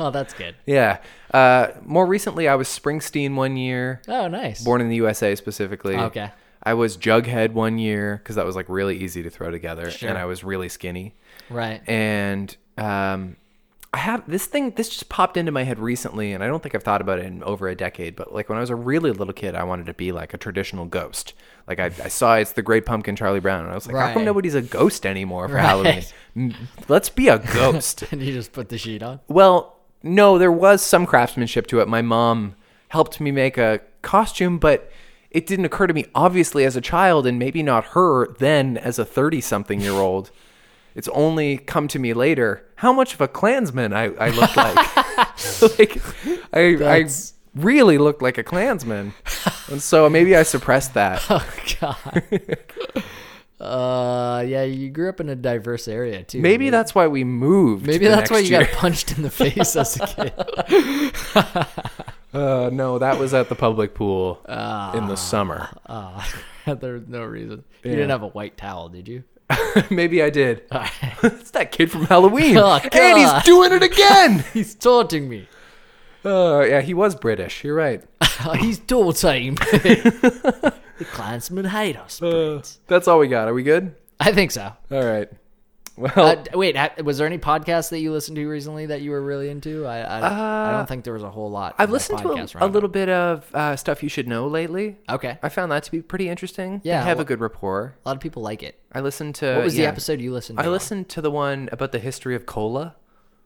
B: Oh, that's good.
A: yeah. Uh, more recently, I was Springsteen one year,
B: Oh, nice.
A: born in the USA specifically.
B: Okay.
A: I was Jughead one year because that was like really easy to throw together, and I was really skinny.
B: Right.
A: And um, I have this thing. This just popped into my head recently, and I don't think I've thought about it in over a decade. But like when I was a really little kid, I wanted to be like a traditional ghost. Like I, I saw it's the Great Pumpkin, Charlie Brown, and I was like, how
B: Right.
A: come nobody's a ghost anymore for
B: (laughs) Right.
A: Halloween? Mm, Let's be a ghost.
B: and (laughs) you just put the sheet on.
A: well, no, there was some craftsmanship to it. My mom helped me make a costume, but. It didn't occur to me, obviously, as a child, and maybe not her then as a 30 something year old.
B: (laughs)
A: It's only come to me later how much of a Klansman I, I looked
B: (laughs)
A: like. (laughs) like I, I
B: That's-
A: really looked like a Klansman. And so maybe I suppressed
B: (laughs)
A: that.
B: Oh God. uh, yeah. You grew up in a diverse area too.
A: Maybe that's why we moved.
B: maybe
A: the
B: that's why
A: next
B: you
A: year.
B: got (laughs)
A: (laughs)
B: punched in the face as a kid.
A: Uh, no, that was at the public pool in
B: Ah.
A: the summer. (laughs)
B: Uh, (laughs) there's no reason. You didn't have a white towel, did you? (laughs)
A: maybe I did. (laughs) it's that kid from Halloween.
B: Oh,
A: and he's
B: God.
A: (laughs) doing it again.
B: He's taunting me. (laughs)
A: Oh, yeah, he was British. You're right.
B: He's double teamed. (laughs) the clansmen hate us.
A: Uh.
B: Brits.
A: That's all we got. Are we good?
B: I think so.
A: All right. Well,
B: Uh, d- wait, ha- was there any podcast that you listened to recently that you were really into? I I, I don't think there was a whole lot.
A: Uh, I've
B: in the
A: listened to a,
B: podcast
A: a
B: roundup.
A: little bit of uh, stuff you should know lately.
B: Okay,
A: I found that to be pretty interesting. They
B: Yeah,
A: have
B: well-
A: a good rapport.
B: a lot of people like it.
A: I listened to
B: What was the
A: Uh, yeah.
B: episode you listened to?
A: I listened to the one about the history of cola,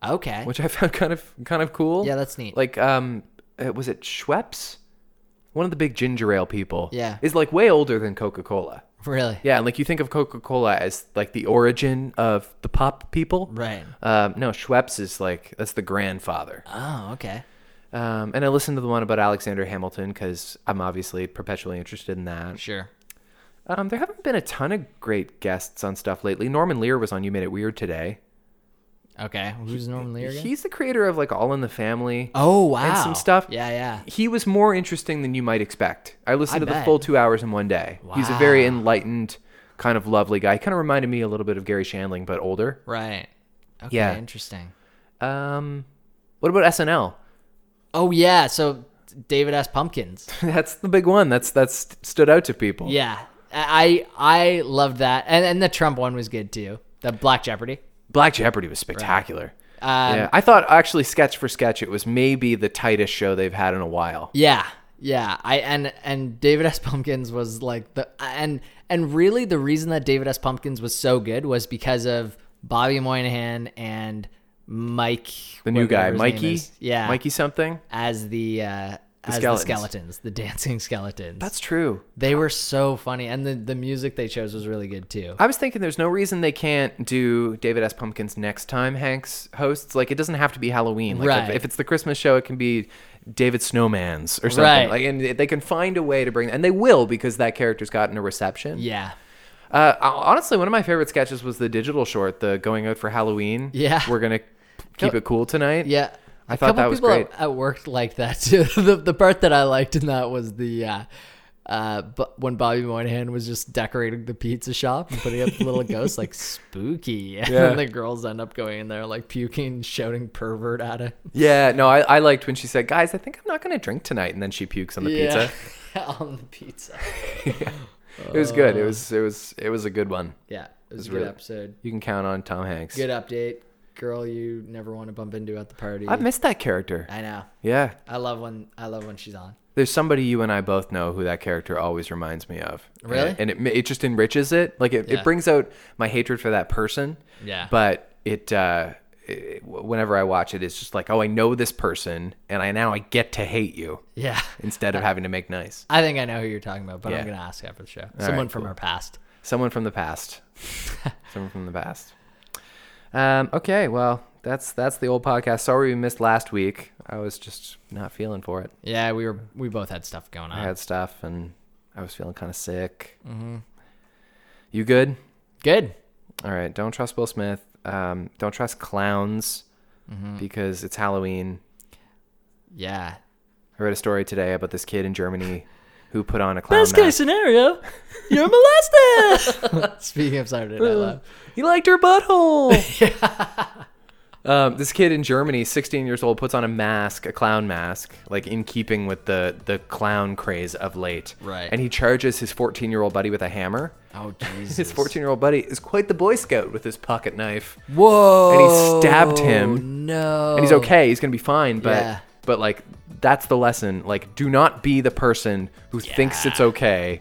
B: Okay,
A: which I found (laughs) kind of kind of cool.
B: Yeah, that's neat.
A: Like, um, uh, was it Schweppes? One of the big ginger ale people.
B: Yeah.
A: is like way older than Coca Cola.
B: really?
A: Yeah, and like you think of Coca Cola as like the origin of the pop people.
B: Right.
A: Um, no, Schweppes is like that's the grandfather.
B: Oh, okay.
A: Um, and I listened to the one about Alexander Hamilton because I'm obviously perpetually interested in that.
B: Sure.
A: Um, there haven't been a ton of great guests on stuff lately. Norman Lear was on You Made It Weird today.
B: Okay. Who's Norman Lear again?
A: He's the creator of like All in the Family.
B: oh wow.
A: and some stuff.
B: Yeah, yeah.
A: He was more interesting than you might expect. I listened
B: I
A: to
B: bet.
A: the full two hours in one day. He's a very
B: Wow.
A: enlightened, kind of lovely guy. He kind of reminded me a little bit of Gary Shandling, but older.
B: Right. Okay.
A: Yeah.
B: Interesting.
A: Um, what about SNL?
B: Oh yeah. So David S. (laughs) Pumpkins.
A: (laughs) That's the big one. That's that's stood out to people.
B: Yeah. I I I loved that, and and the Trump one was good too. The Black Jeopardy.
A: Black Jeopardy was spectacular.
B: Um,
A: yeah, I thought actually sketch for sketch, it was maybe the tightest show they've had in a while.
B: Yeah, yeah. I and and David S. Pumpkins was like the and and really the reason that David S. Pumpkins was so good was because of Bobby Moynihan and Mike,
A: The new guy,
B: whatever his name
A: Mikey.
B: is. yeah,
A: Mikey something.
B: as the uh, as
A: skeletons.
B: the skeletons, the dancing skeletons.
A: That's true.
B: they were so funny, and the the music they chose was really good too.
A: I was thinking there's no reason they can't do David S. Pumpkins next time Hanks hosts. Like it doesn't have to be Halloween. Like
B: Right.
A: if, if it's the Christmas show, it can be David Snowman's or something.
B: Right.
A: Like and they can find a way to bring and they will because that character's gotten a reception.
B: yeah,
A: Uh, honestly, one of my favorite sketches was the digital short, the going out for Halloween.
B: Yeah.
A: We're gonna keep it cool tonight.
B: yeah.
A: I
B: A
A: thought
B: couple
A: that was
B: people
A: great.
B: At, at work liked that (laughs) too. the the part that I liked in that was the uh, uh, bu- when Bobby Moynihan was just decorating the pizza shop and putting up little
A: (laughs)
B: ghosts like spooky, (laughs) and
A: Yeah.
B: then the girls end up going in there like puking, shouting pervert at him.
A: Yeah, no, I, I liked when she said, "Guys, I think I'm not gonna drink tonight," and then she pukes on the pizza.
B: (laughs) on the pizza.
A: It was good. It
B: Uh.
A: was it was it was a good one.
B: Yeah, it was a
A: It's
B: good
A: really-
B: episode.
A: You can count on Tom Hanks.
B: Good update, girl. You never want to bump into at the party.
A: I missed that character.
B: I know.
A: Yeah,
B: I love when I love when she's on.
A: there's somebody you and I both know who that character always reminds me of.
B: Really?
A: and it it just enriches it. Like it,
B: Yeah.
A: it brings out my hatred for that person.
B: Yeah.
A: but it. uh it, Whenever I watch it, it's just like, oh, I know this person, and I now I get to hate you
B: Yeah. (laughs)
A: instead of having to make nice.
B: I think I know who you're talking about, but I'm
A: Yeah.
B: gonna ask after the show. Someone from our past.
A: Someone from the
B: (laughs)
A: past. Someone from the past. Um, okay, well, that's that's the old podcast. Sorry we missed last week. I was just not feeling for it.
B: Yeah, we were we both had stuff going
A: I
B: on.
A: had stuff, and I was feeling kind of sick.
B: Mm-hmm.
A: You good?
B: Good.
A: All right. Don't trust Will Smith. Um, don't trust clowns
B: Mm-hmm.
A: because it's Halloween.
B: Yeah.
A: I read a story today about this kid in Germany who put on a clown mask. (laughs)
B: scenario, you're molested. Speaking of Saturday Night Live,
A: He liked her (laughs) butthole. um, this kid in Germany, 16 years old, puts on a mask, a clown mask, like in keeping with the the clown craze of late.
B: Right.
A: And he charges his 14 year old buddy with a hammer.
B: (laughs) oh Jesus,
A: His 14 year old buddy is quite the Boy Scout with his pocket knife.
B: Whoa,
A: And he stabbed him.
B: No,
A: And he's okay. He's gonna be fine. But
B: Oh. Yeah.
A: but like that's the lesson. Like do not be the person who thinks it's okay.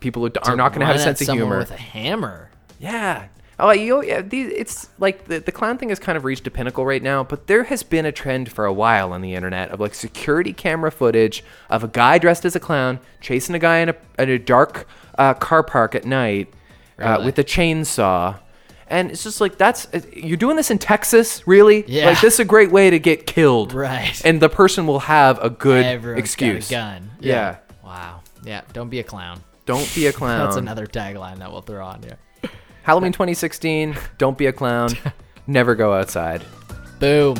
A: People who d- are not gonna have a
B: Run at
A: sense of
B: someone
A: humor.
B: with a hammer.
A: Yeah. Oh, you, yeah, these, it's like the, the clown thing has kind of reached a pinnacle right now, but there has been a trend for a while on the internet of like security camera footage of a guy dressed as a clown chasing a guy in a, in a dark uh, car park at night uh,
B: Really?
A: with a chainsaw. And it's just like, that's, uh, you're doing this in Texas, really?
B: Yeah.
A: Like, this is a great way to get killed.
B: Right.
A: And the person will have a good
B: Everyone's
A: excuse.
B: got a gun.
A: Yeah.
B: Wow. Yeah. Don't be a clown.
A: Don't be a clown.
B: (laughs) That's another tagline that we'll throw on here. (laughs)
A: Halloween 2016, don't be a clown. Never go outside.
B: Boom.